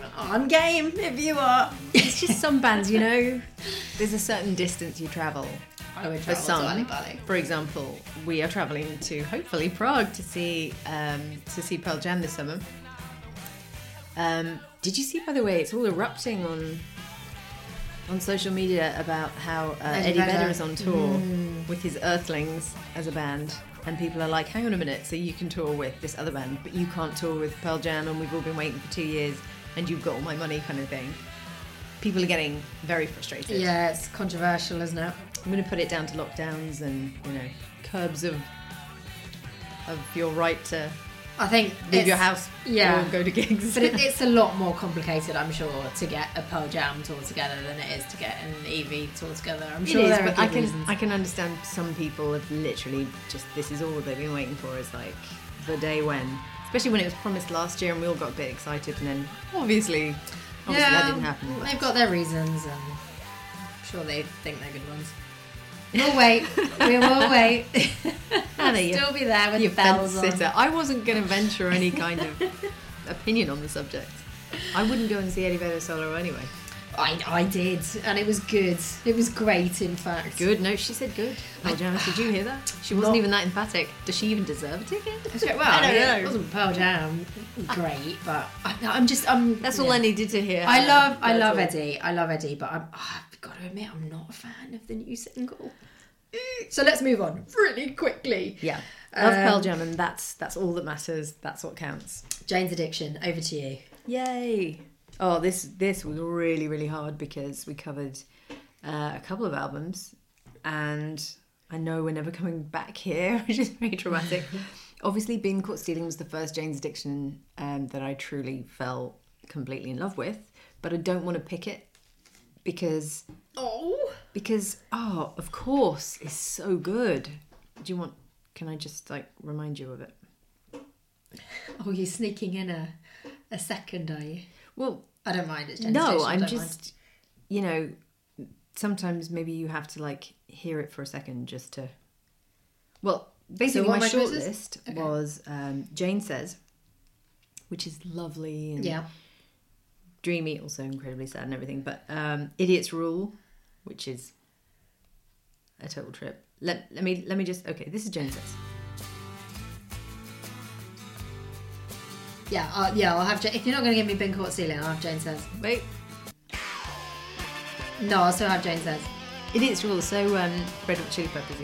A: well, I'm game if you are.
B: It's just some bands, you know. There's a certain distance you travel.
A: I would
B: For
A: travel to Ali
B: some,
A: Pally.
B: for example, we are traveling to hopefully Prague to see um, to see Pearl Jam this summer. Um, did you see, by the way, it's all erupting on on social media about how uh,
A: Eddie
B: Eddie
A: Vedder.
B: Vedder is on tour with his Earthlings as a band, and people are like, "Hang on a minute, so you can tour with this other band, but you can't tour with Pearl Jam, and we've all been waiting for two years, and you've got all my money," kind of thing. People are getting very frustrated.
A: Yeah, it's controversial, isn't it?
B: I'm going to put it down to lockdowns and you know curbs of of your right to
A: I think
B: leave
A: it's-
B: your house
A: Yeah,
B: or go to gigs.
A: but it, it's a lot more complicated, I'm sure, to get a Pearl Jam tour together than it is to get an EV tour together. I'm
B: It
A: sure
B: is,
A: there are
B: but
A: good
B: I can
A: reasons.
B: I can understand some people have literally just this is all they've been waiting for is like the day when, especially when it was promised last year and we all got a bit excited and then obviously, obviously that didn't happen. but-
A: They've got their reasons, and I'm sure they think they're good ones. We'll wait. we will wait.
B: Hannah, you-
A: Still be there with
B: you
A: the bells
B: fence
A: on.
B: sitter. I wasn't going to venture any kind of opinion on the subject. I wouldn't go and see Eddie Vedder solo anyway.
A: I, I did, and it was good. It was great, in fact.
B: Good. No, she said good. Oh, Janice, did you hear that? She wasn't
A: Not-
B: even that emphatic. Does she even deserve a ticket?
A: Well,
B: I
A: I
B: don't
A: mean,
B: know.
A: it wasn't Pearl Jam great, but I, I'm just I'm.
B: That's
A: you
B: all
A: know.
B: I needed to hear.
A: I love I
B: That's
A: love
B: all.
A: Eddie. I love Eddie, but I'm, ah, I've got to admit I'm not a fan of the new single.
B: Mm.
A: So let's move on really quickly.
B: Yeah. Love
A: Um,
B: Pearl Jam, and that's that's all that matters. That's what counts.
A: Jane's Addiction, over to you.
B: Yay! Oh, this this was really really hard because we covered uh, a couple of albums, and I know we're never coming back here, which is very traumatic. Obviously, being caught stealing was the first Jane's Addiction um, that I truly fell completely in love with, but I don't want to pick it because
A: Oh.
B: because oh, of course, it's so good. Do you want? Can I just like remind you of it?
A: Oh, you're sneaking in a, a second, are you?
B: Well,
A: I don't mind. It's Jane's
B: no
A: Addiction, I
B: i'm
A: don't
B: just you know sometimes maybe you have to like hear it for a second just to well basically
A: what
B: my
A: are my
B: short
A: choices?
B: list
A: Okay.
B: was um, jane says which is lovely and
A: mind. Yeah.
B: dreamy also incredibly sad and everything but um, idiot's rule which is a total trip let, let me let me just okay this is jane says
A: Yeah, uh, yeah, I'll have Jane. If you're not going to give me Bin Court Ceiling, I'll have Jane Says.
B: wait
A: No, I'll still have Jane Says.
B: idiot's rule so um, red hot chili peppers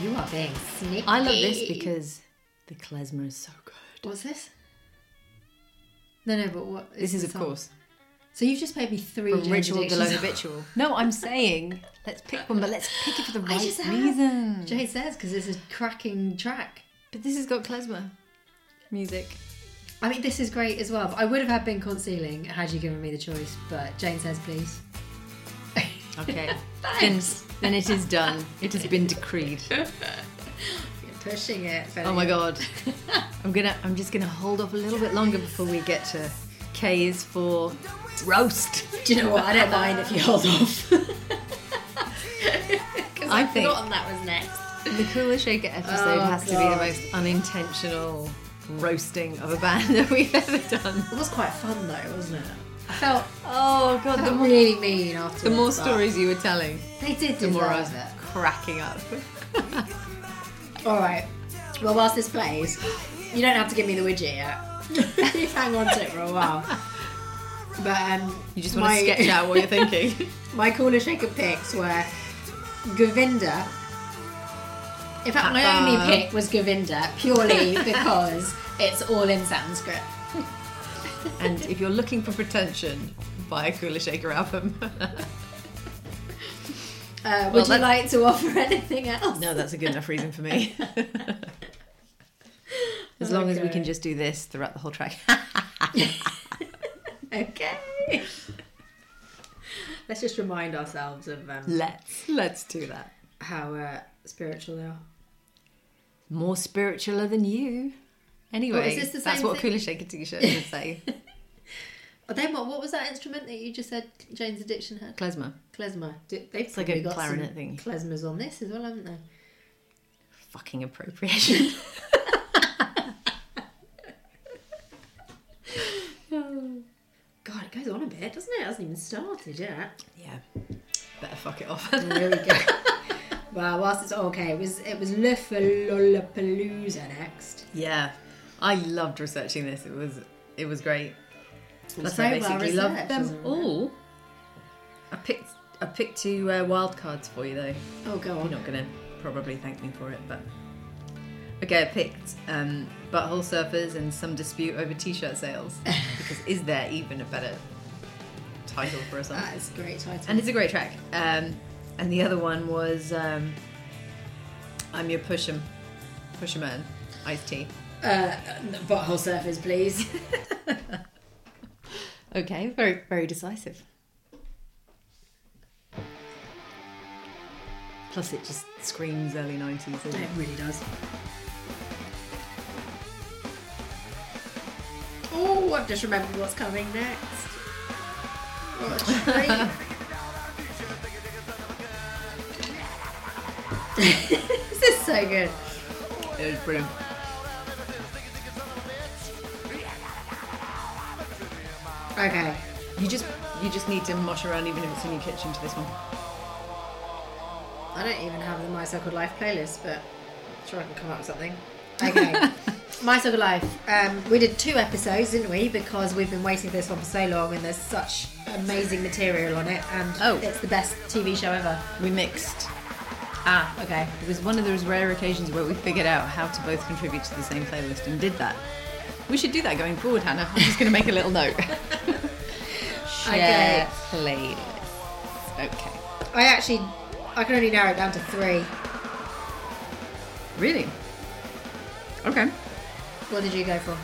A: You are being sneaky.
B: i love this because the klezmer is so good
A: What's this? No, no, but what?
B: this is
A: the
B: of
A: song?
B: course
A: So you've just played me three
B: from
A: Jane's
B: ritual below
A: Addictions.
B: habitual. No, I'm saying let's pick one, but let's pick it for the
A: I
B: right
A: just have
B: reason.
A: Jane Says because it's a cracking track.
B: But this has got klezmer music.
A: I mean, this is great as well. But I would have had Bin Court Ceiling had you given me the choice. But Jane Says, please.
B: Okay, then,
A: Thanks.
B: then it is done. It has been decreed.
A: You're pushing it.
B: Oh my god, I'm gonna, I'm just gonna hold off a little bit longer before we get to K is for roast.
A: Do you know what? I don't mind if you hold off. Because
B: I
A: I've
B: think-
A: forgotten that was next.
B: The Cooler Shaker episode
A: Oh,
B: has to be the
A: God.
B: most unintentional roasting of a band that we've ever done.
A: It was quite fun though, wasn't it? I felt,
B: Oh god,
A: I
B: the
A: felt
B: more,
A: really mean after
B: the more stories you were telling,
A: They did
B: the more I
A: deserve
B: was cracking up.
A: it. All right. Well, whilst this plays, you don't have to give me the widget yet. you hang on to it for a while. But um,
B: You just want to sketch out what you're thinking.
A: My cooler shaker picks were Govinda. In fact, my
B: Uh-uh.
A: only pick was Govinda purely because it's all in Sanskrit.
B: And if you're looking for pretension, buy a Cooler Shaker album.
A: Uh,
B: Well,
A: would you
B: that's-
A: like to offer anything else?
B: no, that's a good enough reason for me. as long as we
A: Okay.
B: can just do this throughout the whole track.
A: Okay.
E: Let's just remind ourselves of um,
B: let's let's do that.
E: how uh, spiritual they are.
B: More spiritualer than you. Anyway,
A: Well, is this the
B: that's
A: same
B: what
A: thing?
B: Cooler Shaker T-shirt would say.
A: Oh, Then what? What was that instrument that you just said Jane's addiction had?
B: Klezmer.
A: Klezmer. Do- They've
B: like
A: probably
B: a
A: got some
B: clarinet thing.
A: Klezmers on this as well, haven't they?
B: Fucking appropriation.
E: God, it goes on a bit, doesn't it? It hasn't even started yet.
B: yeah. Better fuck it off.
E: There we go. well, whilst it's okay, it was it was Le Lollapalooza next.
B: yeah. I loved researching this. It was it was great. That's
A: so
B: I
A: well
B: basically love
A: researched,
B: them
A: isn't it?
B: all. I picked I picked two uh, wild cards for you though.
A: Oh, go
B: You're
A: on.
B: not gonna probably thank me for it, but okay, I picked um, butthole surfers and some dispute over t-shirt sales because is there even a better title for a song?
A: That is a great title.
B: and it's a great track. Um, and the other one was um, I'm your push 'em, push 'em man, iced tea.
A: uh, butthole surfers, please.
B: Okay, very very decisive. Plus, it just screams early nineties.
E: It really does.
A: oh, I've just remembered what's coming next. What a treat. this is so good.
B: It was brilliant.
A: Okay.
B: You just you just need to mosh around, even if it's in your kitchen, to this one.
A: I don't even have the My Circle Life playlist, but I'm sure I can come up with something. Okay. My Circle Life. Um, we did two episodes, didn't we? Because we've been waiting for this one for so long and there's such amazing material on it and
B: Oh.
A: it's the best TV show ever.
B: We mixed.
A: Ah, okay.
B: It was one of those rare occasions where we figured out how to both contribute to the same playlist and did that. We should do that going forward, Hannah. I'm just going to make a little note.
A: Okay.
B: Share playlist. Okay.
A: I actually, I can only narrow it down to three.
B: Really? Okay.
A: What did you go for?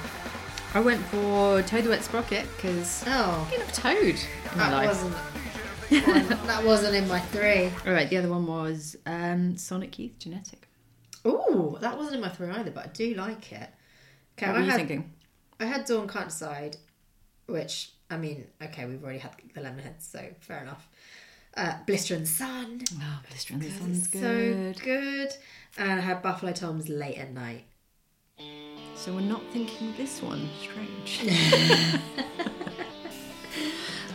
B: I went for Toad the Wet Sprocket because
A: Oh,
B: thinking of Toad in my
A: that
B: life.
A: wasn't. that wasn't in my three.
B: All right. The other one was um, Sonic Youth Genetic.
A: Ooh, that wasn't in my three either, but I do like it. Okay,
B: What
A: I
B: were you
A: had,
B: thinking?
A: I had Dawn Can't Decide, which, I mean, okay, we've already had the Lemonheads, so fair enough. Uh, Blister and Sun.
B: Oh, Blister and the
A: It's
B: Sun's
A: So good. And I had Buffalo Tom's Late at Night.
B: So we're not thinking this one. Strange.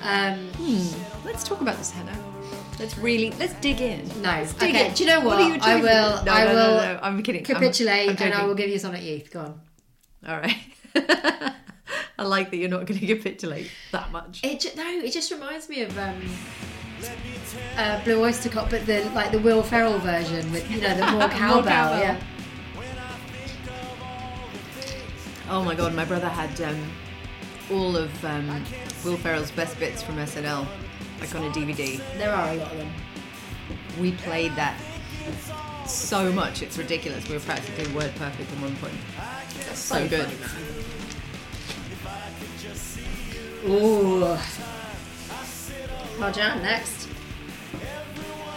A: Um,
B: Let's talk about this, Hannah. Let's really let's dig in.
A: no.
B: Dig
A: okay,
B: in.
A: do you know what?
B: are you
A: I
B: doing?
A: will,
B: No,
A: I
B: no,
A: will
B: no, no, I'm kidding. I'm-
A: capitulate
B: I'm
A: and I
B: joking.
A: will give you Sonic Youth. Go on.
B: All right. I like that you're not going to capitulate that much.
A: It ju- no, it just reminds me of um, uh, Blue Oyster Cult, but the like the Will Ferrell version with you know the more cowbell.
B: cowbell.
A: Yeah,
B: Oh my god, my brother had um, all of um, Will Ferrell's best bits from SNL, like on a DVD.
A: there are a lot of them.
B: We played that so much, it's ridiculous. We were practically word perfect at one point. so, good.
A: Ooh. Well, Jan, next.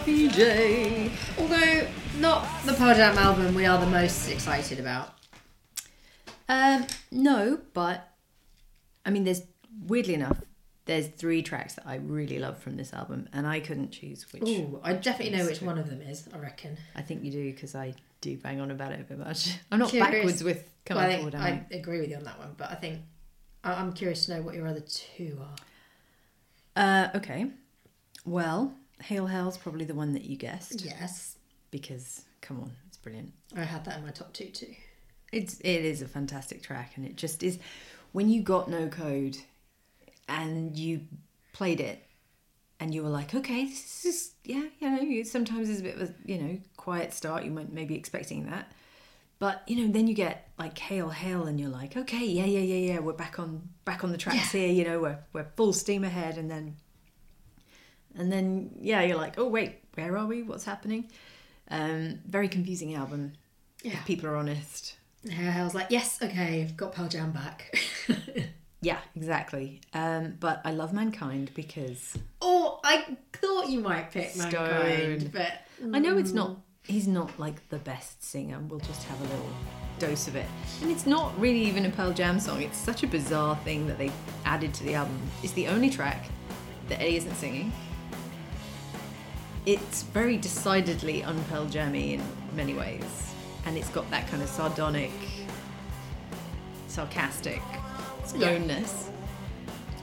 B: PJ.
A: Although not the Podam album, we are the most excited about.
B: Um, no, but I mean, there's weirdly enough, there's three tracks that I really love from this album, and I couldn't choose which.
A: Ooh, I definitely know which one of them is. I reckon.
B: I think you do because I do bang on about it a bit much. I'm not
A: Curious.
B: backwards with
A: Well,
B: coming
A: I, think
B: forward. Am
A: I
B: I?
A: agree with you on that one, but I think I- I'm curious to know what your other two are.
B: Uh, okay. Well, Hail Hell's probably the one that you guessed
A: Yes,
B: because come on, it's brilliant.
A: I had that in my top two too.
B: It's it is a fantastic track, and it just is. When you got no code, and you played it, and you were like, okay, this is yeah, you know, you, sometimes it's a bit of a you know quiet start. You might maybe expecting that, but you know, then you get like hail hail, and you're like, okay, yeah, yeah, yeah, yeah, we're back on back on the tracks here. You know, we're we're full steam ahead, and then and then yeah, you're like, oh wait, where are we? What's happening? Um, very confusing album.
A: Yeah.
B: If people are honest.
A: I was like, yes, okay, I've got Pearl Jam back.
B: Yeah, exactly. Um, but I love mankind because
A: oh, I thought you might pick Mankind,
B: Stone.
A: but
B: I know it's
A: Mm.
B: not. He's not like the best singer. We'll just have a little dose of it. And it's not really even a Pearl Jam song. It's such a bizarre thing that they added to the album. It's the only track that Eddie isn't singing. It's very decidedly un Pearl Jammy in many ways, and it's got that kind of sardonic, sarcastic stoneness.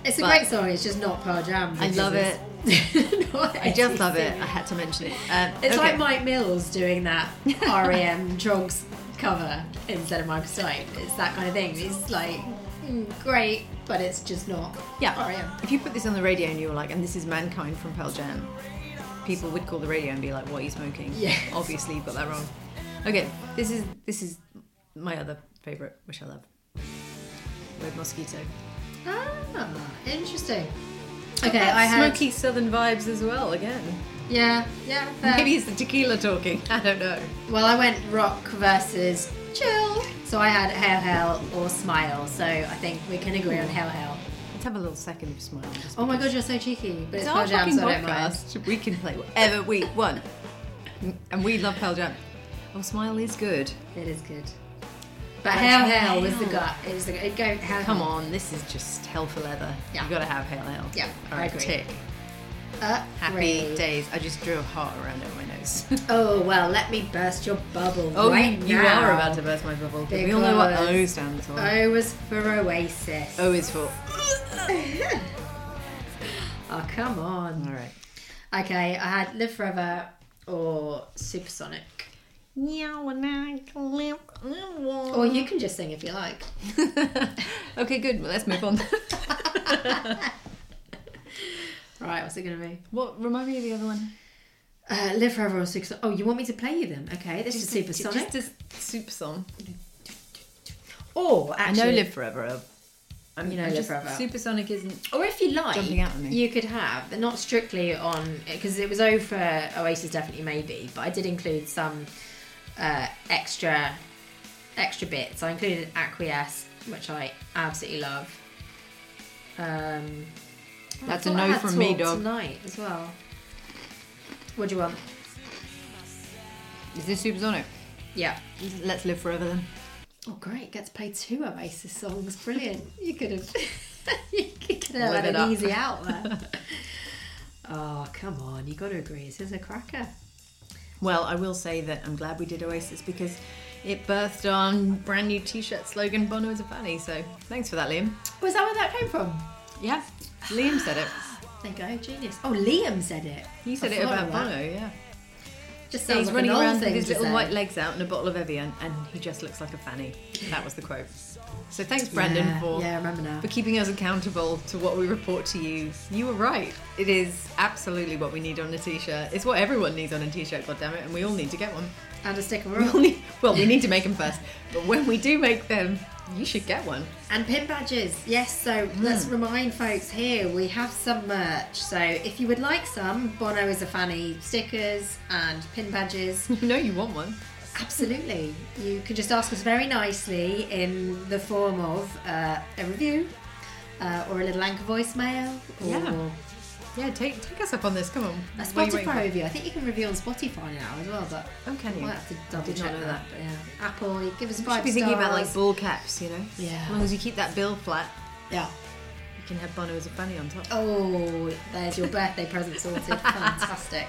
A: it's a
B: But-
A: great song. It's just not Pearl Jam.
B: I love it.
A: it.
B: I just love it. I had to mention it. Um,
A: It's
B: okay.
A: like Mike Mills doing that REM drugs cover instead of Michael Stipe. It's that kind of thing. It's like mm, great, but it's just not E
B: Yeah.
A: REM.
B: If you put this on the radio and you were like, and this is Mankind from Pearl Jam, people would call the radio and be like, what are you smoking?
A: Yes.
B: Obviously, you got that wrong. Okay, this is this is my other favourite, which I love. Red Mosquito.
A: Ah, interesting.
B: Got
A: Okay,
B: that
A: I had
B: Smoky southern vibes as well, again.
A: yeah, yeah. fair.
B: Maybe it's the tequila talking. I don't know.
A: Well, I went rock versus chill, so I had hail hail or smile. So I think we can agree on hail hail.
B: Let's have a little second of smile. just
A: Oh my god,
B: because-
A: you're so cheeky! But it's,
B: It's
A: Pearl
B: our
A: Jam,
B: fucking
A: so I don't mind.
B: podcast. We can play whatever we want. And we love Pearl Jam. Oh, smile is good.
A: It is good. But hail hail was the
B: Hail.
A: gut. It was the it go hail.
B: Come
A: Hail.
B: on, this is just hell for leather.
A: Yeah.
B: You gotta have hell hell.
A: Yeah,
B: All
A: I
B: right,
A: agree.
B: tick.
A: Up
B: Happy
A: three.
B: days. I just drew a heart around over my nose.
A: Oh well, let me burst your bubble
B: oh,
A: right
B: you, you
A: now.
B: are about to burst my bubble. But we all know what O
A: Because-
B: stands for.
A: O was for Oasis.
B: O is for.
A: Oh come on.
B: All right.
A: Okay, I had Live Forever or Supersonic. Or you can just sing if you like.
B: Oh. okay, good. Well, let's move on.
A: Right, what's it gonna be?
B: what? Remind me of the other one.
A: Uh, Live Forever or Supersonic. Oh, you want me to play you them? Okay, this is
B: Just a-
A: Supersonic.
B: Just a super song.
A: or
B: I
A: actually,
B: know Live Forever. I'm,
A: You know
B: I'm
A: Live
B: just-
A: Forever.
B: Supersonic isn't.
A: Or if you like,
B: Jumping out at me.
A: you could have they're not strictly on because it was over Oasis definitely maybe, but I did include some uh, extra extra bits. I included Acquiesce, which I absolutely love. Um, I
B: That's a
A: thought I
B: no
A: had
B: from me,
A: Talk
B: dog.
A: Tonight as well. What do you want?
B: Is this Supersonic?
A: Yeah.
B: Let's live forever then.
A: Oh great, get to play two Oasis songs. Brilliant. You could have you could have
B: Live
A: had
B: it
A: an
B: up.
A: easy out there. oh come on, you gotta agree, this is a cracker.
B: Well, I will say that I'm glad we did Oasis because it birthed on brand new t-shirt slogan Bono is a fanny. So thanks for that, Liam.
A: Was that where that came from?
B: Yeah, Liam said it.
A: There you go, genius. Oh, Liam said it.
B: He said
A: I
B: it
A: forgot
B: about Bono. Yeah,
A: Just
B: So
A: sounds
B: he's
A: like
B: running
A: an old
B: around with
A: thing
B: his
A: to
B: little
A: say.
B: white legs out and a bottle of Evian, and he just looks like a fanny. That was the quote. So thanks, Brandon,
A: yeah,
B: for
A: yeah, I remember now.
B: for keeping us accountable to what we report to you. You were right. It is absolutely what we need on a t-shirt. It's what everyone needs on a t-shirt. God damn it, and we all need to get one.
A: And a stick of
B: We all
A: roll
B: need- well, we need to make them first, but when we do make them, you should get one.
A: and pin badges. Yes, so
B: Hmm.
A: let's remind folks here we have some merch. So if you would like some, Bono is a fanny stickers and pin badges.
B: You know you want one.
A: Absolutely. You can just ask us very nicely in the form of uh, a review uh, or a little anchor voicemail or
B: Yeah. Yeah, take take us up on this. Come on.
A: a
B: What are you waiting for?
A: Spotify review. I think you can review on Spotify now as well, but
B: Oh, can
A: I
B: you?
A: might have to double
B: did not
A: check
B: know
A: that.
B: that.
A: But yeah. Apple, you give us
B: You should
A: five
B: be thinking about like
A: stars.
B: ball caps, you know.
A: Yeah.
B: As long as you keep that bill flat,
A: yeah.
B: you can have Bono as a fanny on top.
A: Oh, there's your birthday present sorted. Fantastic.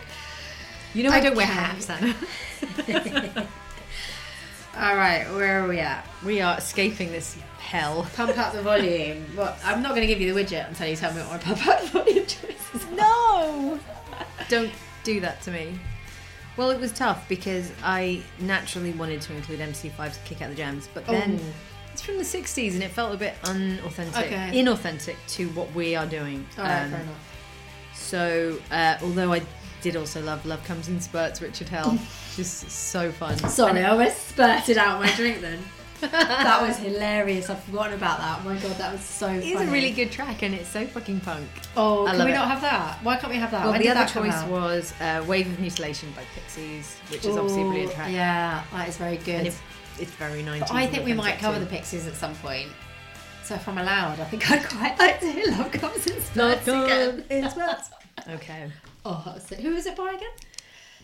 B: You know I don't wear
A: Okay.
B: hats, Anna.
A: All right, where are we at?
B: we are escaping this hell.
A: Pump up the volume. Well, I'm not going to give you the widget until you tell me what my pump up the volume choices are.
B: No! Don't do that to me. Well, it was tough because I naturally wanted to include MC5's Kick Out the Jams, but then
A: Oh.
B: it's from the 60s and it felt a bit unauthentic,
A: Okay.
B: inauthentic to what we are doing.
A: All right,
B: Um,
A: fair enough.
B: So, uh, although I did also love Love Comes in Spurts, Richard Hell, just so fun.
A: Sorry, I almost spurted out my drink then. that was hilarious. I've forgotten about that. Oh my god, that was so funny.
B: It's a really good track, and it's so fucking punk.
A: Oh,
B: I
A: can
B: love
A: we
B: it.
A: not have that? Why can't we have that?
B: Well,
A: When
B: the
A: did
B: other
A: that come
B: choice
A: out?
B: was uh, Wave of Mutilation by Pixies, which is obviously a
A: Ooh,
B: brilliant track.
A: Yeah, that is very
B: And
A: good.
B: it's, it's very 90s.
A: But I think we might cover the
B: the
A: Pixies at some point. So if I'm allowed, I think I'd quite like to hear Love Comes in
B: Love
A: Spurts
B: Comes
A: again.
B: in Spurts. Okay.
A: Oh, that was it. Who was it by again?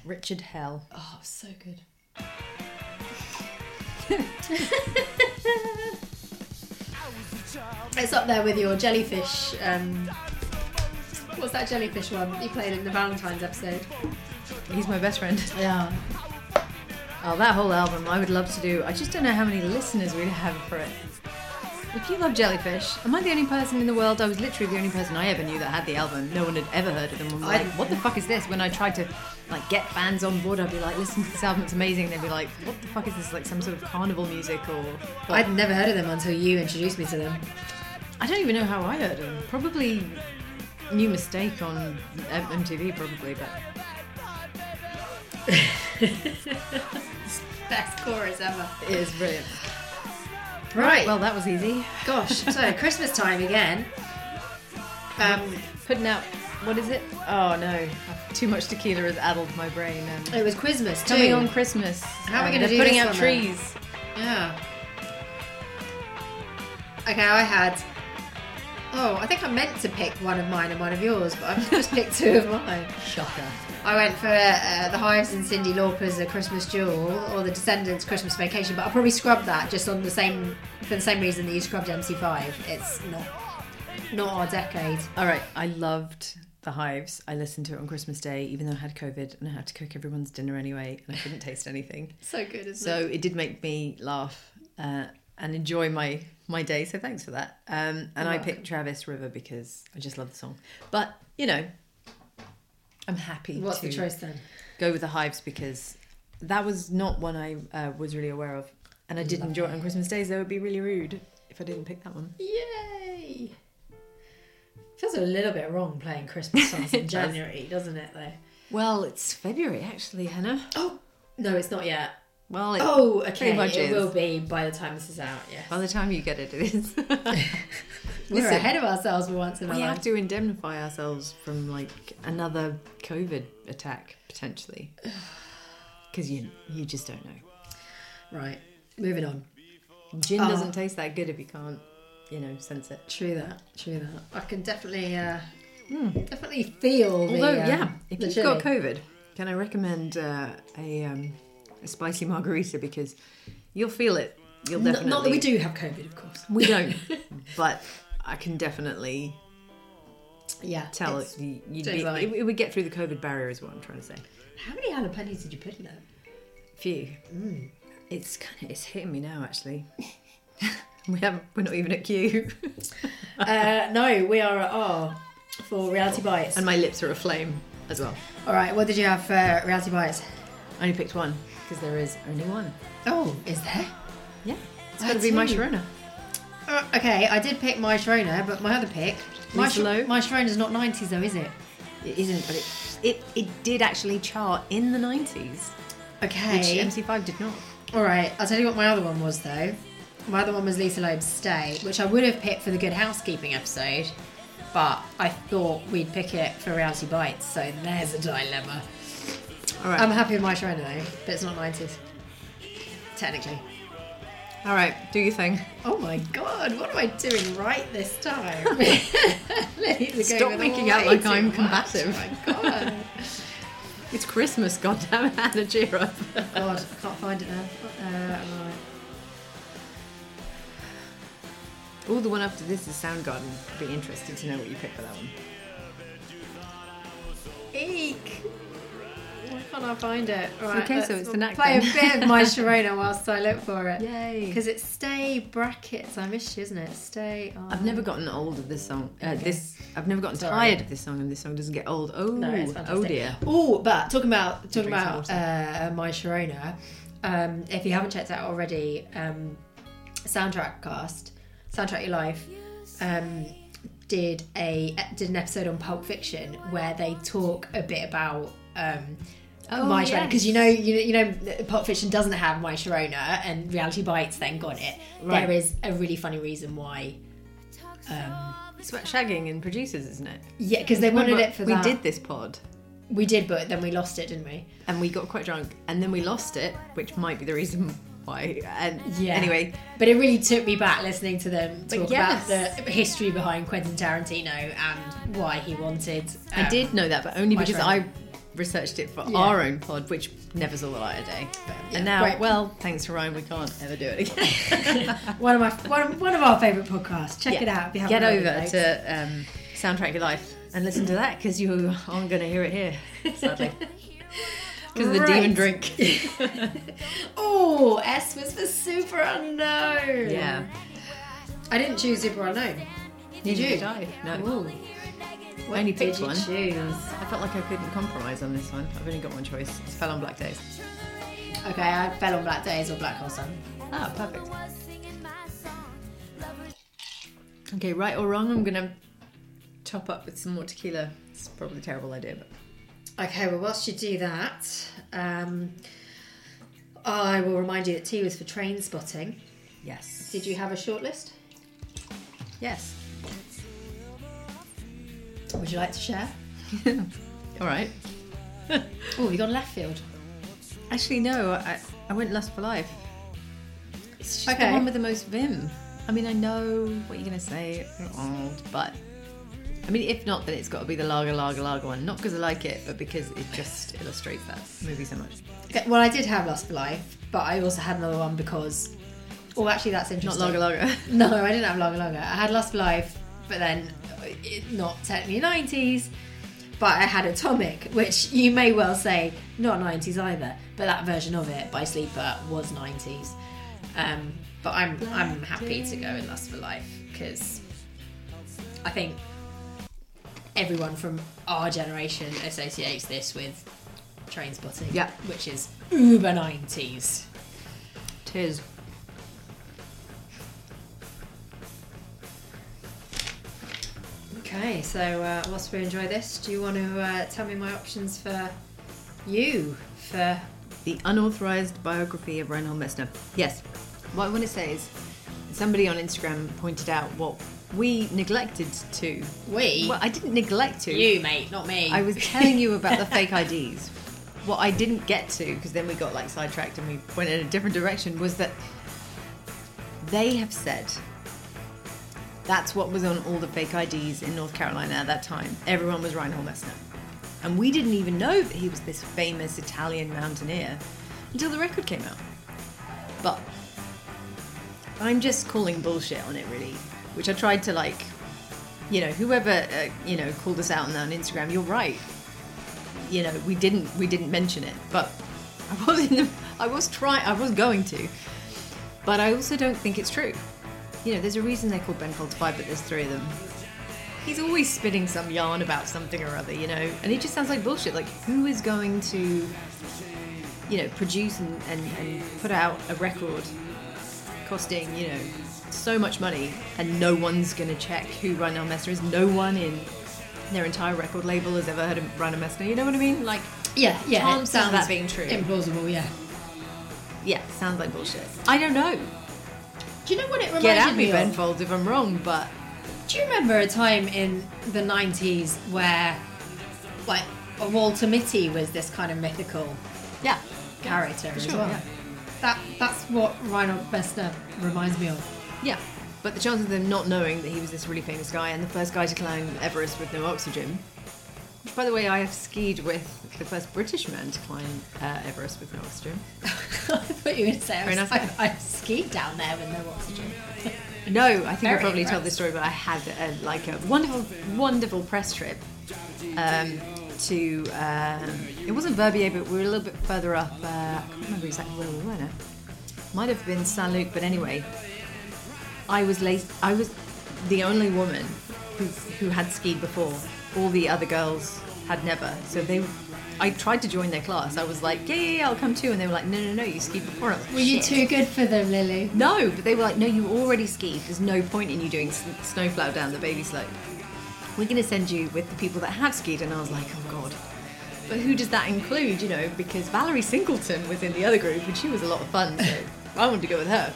B: Richard Hell.
A: Oh, so good. it's up there with your jellyfish. Um, what's that jellyfish one that you played in the Valentine's episode?
B: He's my best friend.
A: Yeah.
B: Oh, that whole album, I would love to do. I just don't know how many listeners we'd have for it. If you love Jellyfish, am I the only person in the world? I was literally the only person I ever knew that had the album. No one had ever heard of them. I'm
A: I-
B: like, what the fuck is this? When I tried to like get fans on board, I'd be like, listen to this album, it's amazing. They'd be like, what the fuck is this? Like some sort of carnival music or? I,
A: I'd never heard of them until you introduced me to them.
B: I don't even know how I heard of them. Probably New Mistake on M- MTV, probably. But
A: Best chorus ever.
B: it is brilliant.
A: Right.
B: Well,
A: Well,
B: that was easy.
A: gosh. So Christmas time again. Um,
B: Putting out, what is it? Oh no, too much tequila has addled my brain. Um,
A: it was Christmas too.
B: coming on Christmas.
A: How are we
B: um,
A: gonna do
B: they're putting
A: this
B: out
A: one then?
B: trees?
A: Yeah. Okay, I had. Oh, I think I meant to pick one of mine and one of yours, but I've just picked two of mine.
B: Shocker.
A: I went for uh, The Hives and Cindy Lauper's A Christmas Jewel or The Descendants Christmas Vacation, but I'll probably scrub that just on the same for the same reason that you scrubbed MC5. It's not not our decade.
B: All right, I loved the hives. I listened to it on Christmas Day, even though I had COVID and I had to cook everyone's dinner anyway, and I couldn't taste anything.
A: So good, isn't
B: So it did make me laugh uh, and enjoy my my day. So thanks for that. Um, and I picked Travis River because I just love the song. But you know, I'm happy.
A: What's
B: to
A: the choice then?
B: go with the hives because that was not one I uh, was really aware of, and I did enjoy it on Christmas Day. So it would be really rude if I didn't pick that one.
A: Yay! Feels a little bit wrong playing Christmas songs in January, doesn't it? Though.
B: Well, it's February actually, Hannah.
A: Oh no, it's not yet.
B: Well, it,
A: Oh, okay.
B: Pretty much
A: it
B: is.
A: will be by the time this is out. Yes.
B: by the time you get it, it is.
A: We're
B: Listen,
A: ahead of ourselves for once in a
B: we
A: while.
B: have to indemnify ourselves from like another COVID attack potentially, because you you just don't know.
A: Right. Moving on.
B: Gin
A: Oh.
B: doesn't taste that good if you can't, you know, sense it.
A: True that. True that. I can definitely, uh, definitely feel.
B: Although,
A: the, um,
B: yeah, if
A: the
B: you've
A: chili.
B: got COVID, can I recommend uh, a, um, a spicy margarita because you'll feel it. You'll
A: N-
B: definitely.
A: not that we do have COVID, of course.
B: We don't. but I can definitely
A: Yeah.
B: tell
A: it's-
B: it, you- you'd
A: don't
B: be,
A: lie.
B: it, it would get through the COVID barrier, is what I'm trying to say.
A: How many jalapenos did you put in it?
B: Phew.
A: Mm.
B: It's kind of it's hitting me now, actually. we haven't. We're not even at Q,
A: uh, no, we are at R for reality bites.
B: and my lips are aflame as well.
A: All right. What did you have for reality bites?
B: I only picked one because there is only one.
A: Oh, is there?
B: Yeah, it's
A: I
B: got to be my
A: do.
B: Sharona.
A: Uh, okay, I did pick my Shrona, but my other pick. My,
B: Lisa
A: Sh-
B: Lowe?
A: my Shrona's not 90s though, is it?
B: It isn't, but it, it it did actually chart in the 90s, which
A: Okay.
B: MC5 did not.
A: All right, I'll tell you what my other one was though. My other one was Lisa Loeb's Stay, which I would have picked for the Good Housekeeping episode, but I thought we'd pick it for Reality Bites, so there's a dilemma.
B: All right,
A: I'm happy with my Shrona though, but it's not 90s. Technically.
B: all right, do your thing.
A: Oh my god, what am I doing right this time? Ladies are
B: Stop
A: going with
B: making
A: way
B: out like
A: too
B: I'm
A: much.
B: combative.
A: Oh my god.
B: It's Christmas, goddamn Hannah, cheer up.
A: God, I can't find it now. Uh, right.
B: Oh, the one after this is Soundgarden. I'd be interested to know what you pick for that one.
A: Eek! Why can't I find it? Right,
B: okay, so
A: let's
B: it's the next
A: Play a
B: one.
A: bit of my Sharona whilst I look for it.
B: Yay!
A: Because it's stay brackets. I miss you, isn't it? Stay. On.
B: I've never gotten old of this song. Uh, This I've never gotten
A: Sorry.
B: tired of this song, and this song doesn't get old. Oh,
A: No, it's
B: oh
A: fantastic.
B: dear.
A: Oh, but talking about talking
B: Drink some
A: about uh, my Sharona. Um, if you haven't checked out already, um, soundtrack cast, soundtrack your life. Um, did a did an episode on Pulp Fiction where they talk a bit about um,
B: Oh,
A: my Sharona because you know you know, you know that Pulp Fiction doesn't have my Sharona and Reality Bites then got it.
B: Right.
A: There is a really funny reason why.
B: It's about shagging and producers, isn't it?
A: Yeah, because they wanted
B: Remember,
A: it for
B: we
A: that.
B: did this pod
A: we did, but then we lost it, didn't we?
B: and we got quite drunk and then we lost it, which might be the reason why. And
A: Yeah.
B: anyway,
A: But it really took me back listening to them talk
B: yes.
A: about the history behind Quentin Tarantino and why he wanted.
B: I
A: um,
B: did know that, but only
A: my
B: because
A: friend.
B: I researched it for
A: Yeah.
B: our own pod, which never saw the light of day.
A: yeah,
B: and now,
A: great.
B: well, thanks to Ryan, we can't ever do it again.
A: One of my one of, one of our favourite podcasts. Check it out. If you haven't
B: Get
A: already,
B: over
A: folks.
B: to um, Soundtrack Your Life and listen to that because you aren't going to hear it here, sadly. Because of the demon
A: Right.
B: drink.
A: Oh, S was for super unknown.
B: yeah.
A: I didn't choose super unknown. Did you?
B: Did I? No.
A: Ooh,
B: I only
A: did
B: picked
A: you
B: one.
A: choose?
B: I felt like I couldn't compromise on this one. I've only got one choice. It fell on Black Days.
A: Okay, I fell on Black Days or Black Hole Sun.
B: Ah, perfect. Okay, right or wrong, I'm gonna top up with some more tequila. It's probably a terrible idea, but
A: Okay, well, whilst you do that, um, I will remind you that T was for train spotting.
B: yes.
A: Did you have a shortlist?
B: Yes.
A: Would you like to share?
B: All right.
A: Oh, you gone left field.
B: Actually, no. I, I went Lust for Life. It's just
A: Okay.
B: the one with the most vim. I mean, I know what you're gonna say, Arnold, but I mean, if not, then it's got to be the Lager Lager Lager one. Not because I like it, but because it just illustrates that movie so much.
A: Okay, well, I did have Lust for Life, but I also had another one because. Oh, actually, that's
B: Not
A: interesting.
B: Lager Lager.
A: No, I didn't have Lager Lager. I had Lust for Life, but then it, not technically 90s, but I had Atomic, which you may well say not 90s either, but that version of it by Sleeper was 90s. Um, but I'm I'm happy to go in Lust for Life because I think everyone from our generation associates this with train spotting,
B: Yeah.
A: which is uber 90s.
B: Tis.
A: Okay, so uh, whilst we enjoy this, do you want to uh, tell me my options for you for
B: The unauthorized biography of Reinhold Messner. Yes. What I want to say is somebody on Instagram pointed out what we neglected to.
A: we?
B: Well, I didn't neglect to.
A: you, mate, not me.
B: I was telling you about the fake IDs. What I didn't get to, because then we got like sidetracked and we went in a different direction, was that they have said that's what was on all the fake IDs in North Carolina at that time. Everyone was Reinhold Messner. And we didn't even know that he was this famous Italian mountaineer until the record came out. But I'm just calling bullshit on it, really, which I tried to like you know, whoever uh, you know called us out on, on Instagram, you're right. You know, we didn't we didn't mention it, but I was in the, I was trying I was going to, but I also don't think it's true. You know, there's a reason they're called Ben Folds Five, but there's three of them. He's always spinning some yarn about something or other, you know, and it just sounds like bullshit. Like, who is going to, you know, produce and, and, and put out a record costing you know so much money and no one's going to check who Reinhold Messner is no one in their entire record label has ever heard of Reinhold Messner you know what I mean like
A: yeah, yeah.
B: Chances
A: it
B: of
A: sounds
B: that being true.
A: Implausible, yeah.
B: yeah sounds like bullshit I don't know
A: Do you know what it reminded
B: get at
A: me,
B: me
A: of?
B: Ben Folds if I'm wrong but
A: Do you remember a time in the 90s where, like, Walter Mitty was this kind of mythical
B: yeah
A: character as
B: sure,
A: well?
B: yeah.
A: That, that's what Reinhold Messner reminds me of.
B: yeah but the chance of them not knowing that he was this really famous guy and the first guy to climb Everest with no oxygen which by the way I have skied with the first British man to climb uh, Everest with no oxygen
A: I thought you were going to say I,
B: Fair
A: was,
B: enough.
A: I, I skied down there with no oxygen.
B: No, I think I
A: Very
B: probably
A: impressed.
B: told this story, but I had a, like a wonderful, wonderful press trip um, to. Um, it wasn't Verbier, but we were a little bit further up. Uh, I can't remember exactly where we were now. Might have been San Luc, but anyway, I was late. I was the only woman who, who had skied before. All the other girls had never. So they, I tried to join their class. I was like, yeah, yeah, yeah I'll come too, and they were like, no, no, no, you skied before. I was like,
A: Were you
B: "Shit."
A: too good for them, Lily?
B: No, but they were like, no, you already skied. There's no point in you doing s- snowplow down the baby slope. we're going to send you with the people that have skied. And I was like, oh God. But who does that include, you know? Because Valerie Singleton was in the other group and she was a lot of fun, so I wanted to go with her.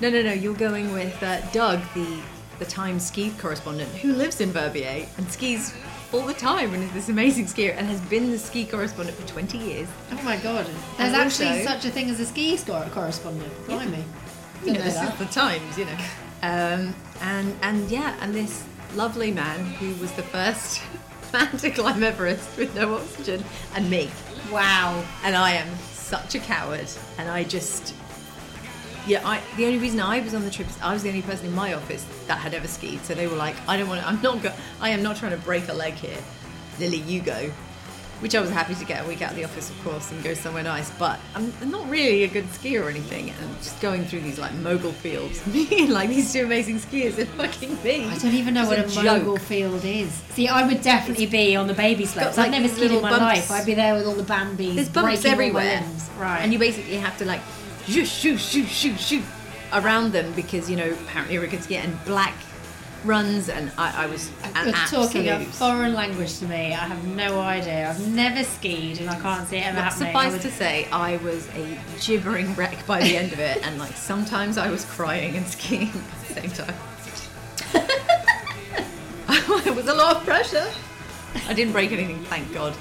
B: No, no, no, you're going with uh, Doug, the, the Time ski correspondent, who lives in Verbier and skis all the time and is this amazing skier and has been the ski correspondent for 20 years.
A: Oh my god. There's
B: And
A: actually
B: also-
A: such a thing as a ski sco- correspondent. Blimey.
B: you know,
A: Didn't know
B: this is
A: that.
B: the times, you know. Um, and and yeah, and this lovely man who was the first man to climb Everest with no oxygen, and me,
A: Wow.
B: and I am such a coward, and I just. Yeah, I, the only reason I was on the trip is I was the only person in my office that had ever skied. So they were like, "I don't want. to I'm not. Go, I am not trying to break a leg here. Lily, you go." Which I was happy to get a week out of the office, of course, and go somewhere nice. But I'm, I'm not really a good skier or anything, and just going through these like mogul fields, me and like these two amazing skiers, and fucking me.
A: I don't even know
B: It's
A: what a,
B: joke.
A: mogul field is. See, I would definitely be on the baby slopes.
B: like
A: I've never
B: these
A: skied in
B: little
A: my life.
B: bumps.
A: I'd be there with all the bambies.
B: There's bumps
A: breaking all my
B: everywhere,
A: limbs. Right.
B: And you basically have to like shoot, shoot, shoot, shoot, shoot around them because you know apparently we could get in black runs, and I, I was an
A: You're talking a
B: absolute-
A: foreign language to me. I have no idea. I've never skied, and I can't see it ever
B: But
A: happening. I
B: suffice
A: would-
B: to say, I was a gibbering wreck by the end of it, and like sometimes I was crying and skiing at the same time. it was a lot of pressure. I didn't break anything, thank God.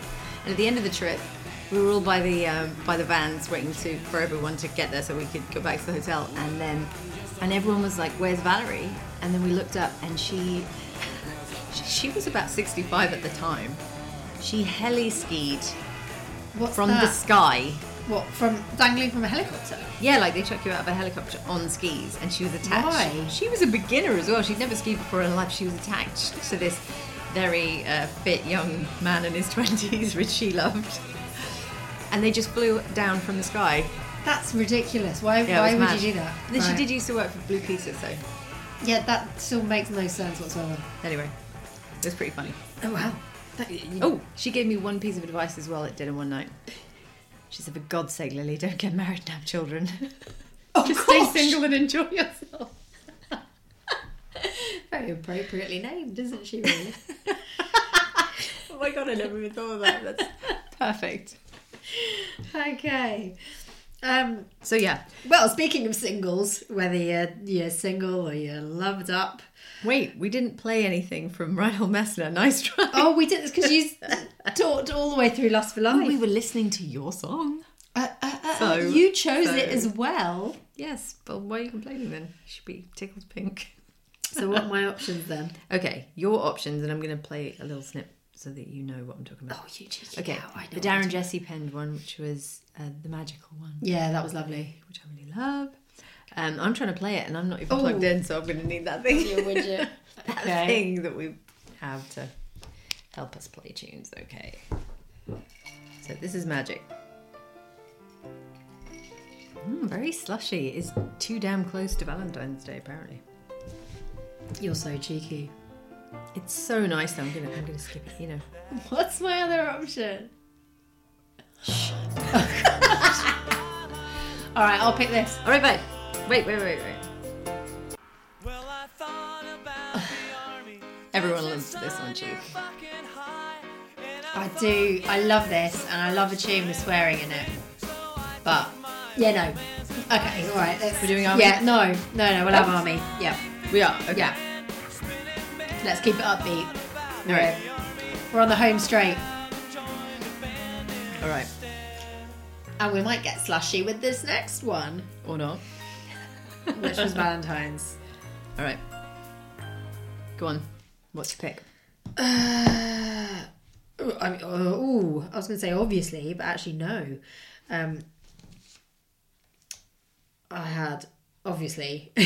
B: And at the end of the trip, we were all by the um, by the vans waiting to for everyone to get there so we could go back to the hotel. And then, and everyone was like, "Where's Valerie?" And then we looked up, and she she was about 65 at the time. She heli skied
A: What's
B: from
A: that?
B: the sky.
A: What from dangling from a helicopter?
B: Yeah, like they chuck you out of a helicopter on skis, and she was attached.
A: Why?
B: She was a beginner as well. She'd never skied before in her life. She was attached to this very uh, fit young man in his twenties, which she loved. And they just flew down from the sky.
A: That's ridiculous. Why?
B: Yeah, it
A: why
B: was
A: would
B: mad.
A: you do that?
B: And then
A: Right.
B: she did used to work for Blue Peter, so
A: Yeah, that still makes no sense whatsoever.
B: anyway, it was pretty funny.
A: Oh wow.
B: Oh, she gave me one piece of advice as well at dinner one night. She said, "For God's sake, Lily, don't get married and have children. just
A: gosh.
B: stay single and enjoy yourself."
A: Very appropriately named, isn't she? Really?
B: Oh my god, I never even thought of that. That's perfect.
A: okay. Um,
B: So yeah,
A: well, speaking of singles, whether you're, you're single or you're loved up.
B: wait, we didn't play anything from Reinhold Messner. Nice try.
A: Oh, we did this because you talked all the way through Lust for Life.
B: we were listening to your song.
A: Uh, uh, uh,
B: So-
A: you chose
B: so-
A: it as well.
B: Yes, but why are you complaining then? You should be tickled pink.
A: So what are my options then?
B: Okay, your options, and I'm going to play a little snip so that you know what I'm talking about.
A: Oh, you cheeky
B: okay,
A: cow, I know
B: the
A: what
B: Darren Jesse penned one, which was uh, the magical one,
A: Yeah, that was lovely.
B: which I really love. Um, I'm trying to play it, and I'm not even plugged
A: Oh.
B: in, so I'm going to need that thing.
A: widget.
B: that
A: Okay.
B: thing that we have to help us play tunes. Okay. So this is magic. Mm, very slushy. It's too damn close to Valentine's Day, apparently.
A: You're so cheeky.
B: It's so nice though. I'm gonna, I'm gonna skip it. You know.
A: What's my other option? all right, I'll pick this.
B: All right, bye. Wait, wait, wait, wait.
D: Well, I thought about the army.
B: Everyone loves this one, Chief.
D: Fucking high. And I
A: I do. I love this, and I love a tune with swearing in it. But yeah, no. Okay, Oh. all right. Let's,
B: We're doing Army?
A: Yeah, no, no, no. We'll have army. Yeah,
B: We are. Okay.
A: yeah. Let's keep it upbeat.
B: All right.
A: We're on the home straight,
B: All right.
A: and we might get slushy with this next one,
B: Or not.
A: which was Valentine's.
B: All right. Go on. What's your pick?
A: Ooh, I mean, uh, ooh, I was going to say obviously, but actually no. Um, I had obviously.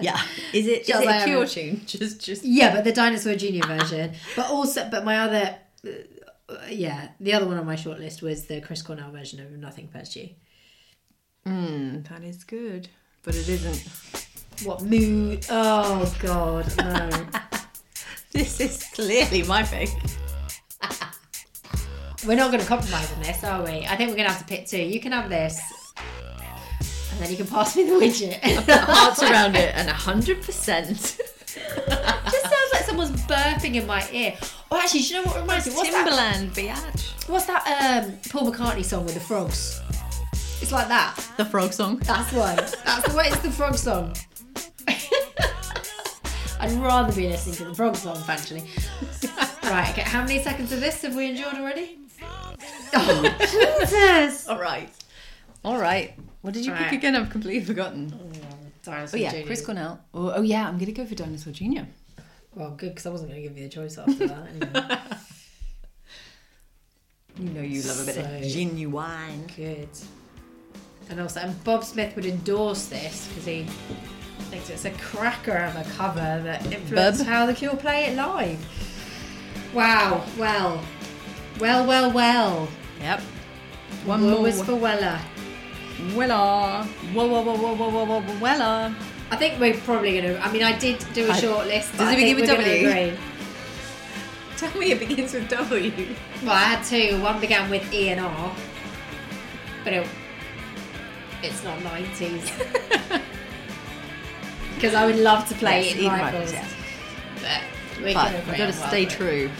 B: Yeah. Is it
A: Just
B: just it a
A: like-
B: Cure tune? Just, just.
A: Yeah, but the dinosaur junior version. But also, but my other, uh, uh, yeah, the other one on my shortlist was the Chris Cornell version of Nothing But You.
B: That is good, but it isn't.
A: What mood? Oh God, no.
B: This is clearly my pick.
A: we're not going to compromise on this, are we? I think we're going to have to pick two. You can have this, and then you can pass me the widget.
B: Hearts around it and 100%.
A: Just sounds like someone's was burping in my ear. Oh, actually, do you know what reminds me? What's that?
F: Timberland, biatch.
A: What's that um, Paul McCartney song with the frogs? It's like that.
B: The frog song.
A: That's one. That's the way it's the frog song. I'd rather be listening to the frog song, frankly. right, okay, how many seconds of this have we endured already? Oh, Jesus!
B: All right. All right. What did you
A: Right.
B: pick again? I've completely forgotten.
A: Dinosaur
B: Oh yeah,
A: Junior.
B: Chris Cornell. Oh, oh yeah, I'm gonna go for Dinosaur Junior.
A: Well, good, because I wasn't going to give you the choice after that. Anyway.
B: You know you love a bit of
A: So-
B: genuine.
A: good. And also, and Bob Smith would endorse this because he thinks it's a cracker of a cover that influenced
B: Bub.
A: how The Cure play it live. Wow, well, well, well, well.
B: Yep.
A: One
B: One
A: more
B: more.
A: was for Weller.
B: Wella. Whoa, whoa, whoa, whoa, whoa, whoa, whoa, whoa, Wella.
A: I think we're probably going to. I mean, I did do a
B: I-
A: short list.
B: Does
A: but I
B: it
A: think
B: begin with
A: we're gonna
B: W?
A: agree.
B: Tell me it begins with W.
A: Well, I had two. One began with E and R, but it, it's not nineties. Because I would love to play
B: Yes,
A: it in
B: Ian
A: rivals,
B: Rivals, yes.
A: but we
B: But
A: can agree
B: we've got
A: on
B: to stay
A: Wildwood.
B: true.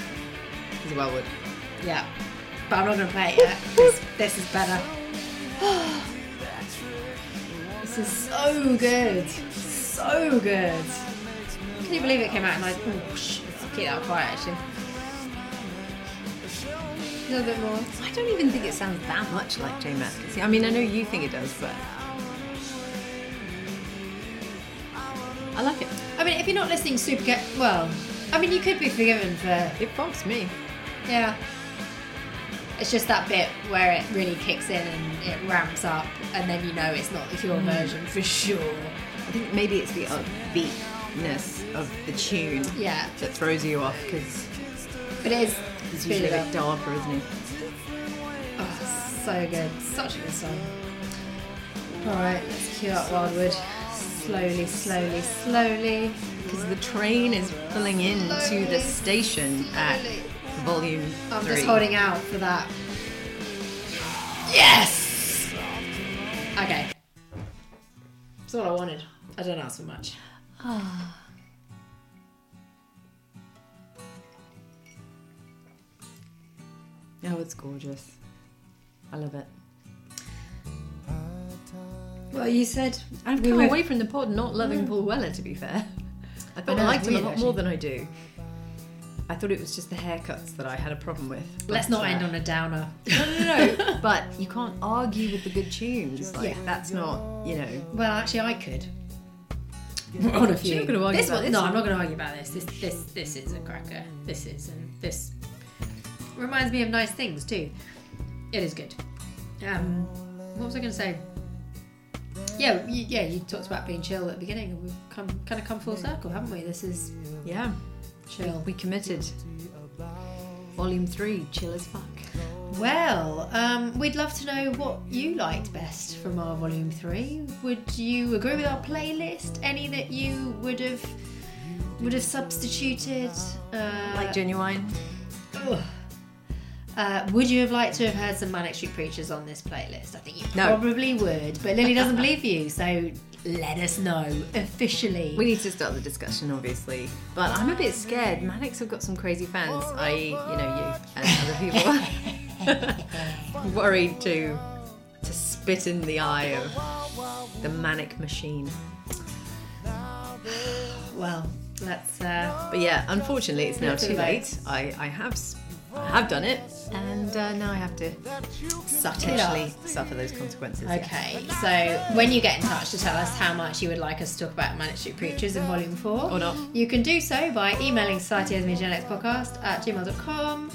B: Is Wellwood.
A: Yeah, but I'm not going to play it. Yet. this, this is better. this is so good, so good. Can you believe it came out? And I oh, sh- keep that quiet actually. A little bit more.
B: I don't even think it sounds that much like Jane Mathis. I mean, I know you think it does, but I like it.
A: I mean, if you're not listening super ca- well, I mean, you could be forgiven for,
B: It bumps me.
A: yeah. It's just that bit where it really kicks in and it ramps up, and then you know it's not the Cure version for sure.
B: I think maybe it's the upbeatness of the tune
A: Yeah,
B: that throws you off because
A: but it is
B: it's
A: speed
B: usually
A: it
B: a
A: up.
B: bit darker, isn't it?
A: Oh, so good. Such a good song. Alright, let's cue up Wildwood. Slowly, slowly, slowly.
B: Because the train is pulling into the station at volume
A: I'm
B: three.
A: just holding out for that. Yes! Okay. That's all I wanted. I don't ask for much.
B: Oh, it's gorgeous. I love it.
A: Well, you said
B: I've
A: We
B: come
A: were-
B: away from the pod not loving Paul Weller, to be fair. Mm. I thought
A: know,
B: I liked him a
A: weird,
B: lot more than I do. I thought it was just the haircuts that I had a problem with. uh,
A: let's not end on a downer.
B: No, no, no. but you can't argue with the good tunes. Like
A: Yeah.
B: that's not, you know.
A: Well, actually, I could. We're on a few.
B: You're not gonna argue
A: this
B: about
A: one,
B: this.
A: No, I'm not going to argue about this. This, this, this is a cracker. This is, and this reminds me of nice things too. It is good. Um, what was I going to say? Yeah, you, yeah. You talked about being chill at the beginning, and we've come kind of come full circle, haven't we? This is
B: Yeah,
A: chill.
B: we committed. Volume three, chill as fuck.
A: Well, um, we'd love to know what you liked best from our volume three. Would you agree with our playlist? Any that you would have would have substituted? Uh,
B: Like genuine.
A: ugh. Uh, would you have liked to have heard some Manic Street Preachers on this playlist? I think you
B: No.
A: probably would, but Lily doesn't believe you, so let us know officially.
B: We need to start the discussion, obviously. But I'm a bit scared. Maddox have got some crazy fans, i.e., you know, you and other people. Worried to to spit in the eye of the manic machine.
A: well, let's. Uh,
B: But yeah, unfortunately, it's now
A: It's too
B: too
A: late.
B: late. I, I have s- I have done it, and uh, now I have to potentially suffer those consequences. yeah.
A: okay, so when you get in touch to tell us how much you would like us to talk about Manic Street Preachers in volume four,
B: Or not.
A: You can do so by emailing societyasmedianxpodcast at gmail.com.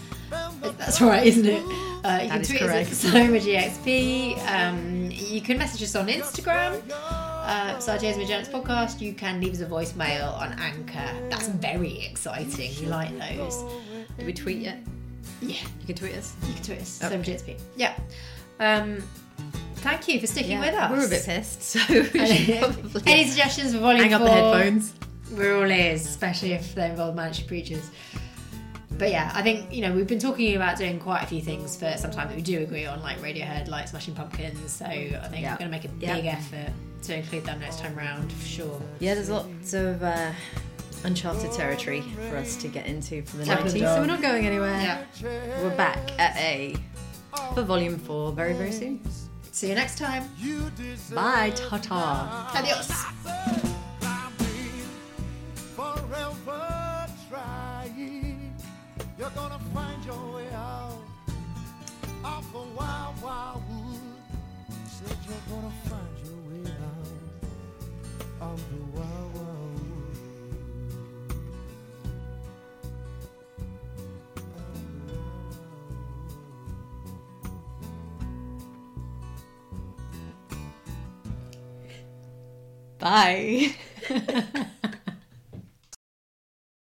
A: That's right, isn't it? Uh, you
B: That
A: can
B: is
A: tweet
B: correct.
A: us at SomaGXP. Um, you can message us on Instagram, uh, Podcast. You can leave us a voicemail on Anchor. That's very exciting. We like those.
B: Did we tweet yet?
A: Yeah,
B: You can tweet us.
A: you can tweet us,
B: Okay.
A: SomaGXP. Yeah. Um, thank you for sticking
B: Yeah,
A: with us.
B: We're a bit pissed, so we should probably
A: Any suggestions for volume
B: hang up the
A: four?
B: headphones.
A: we're all ears, especially if they involve Manchester preachers. But yeah, I think you know we've been talking about doing quite a few things for some time that we do agree on, like Radiohead, like Smashing Pumpkins. So I think
B: Yeah.
A: we're going to make a big
B: Yeah.
A: effort to include them next time round for sure.
B: Yeah, there's lots of uh, uncharted territory for us to get into for the
A: Tap the
B: 90s.
A: dog.
B: So we're not going anywhere.
A: Yeah.
B: We're back at A for volume four very, very soon.
A: See you next time.
B: Bye, ta ta.
A: Adios.
D: forever trying. You're gonna find your way out. Off the wild, wild wood. Said you're gonna find your way out. Off the wild, wild wood.
B: Bye.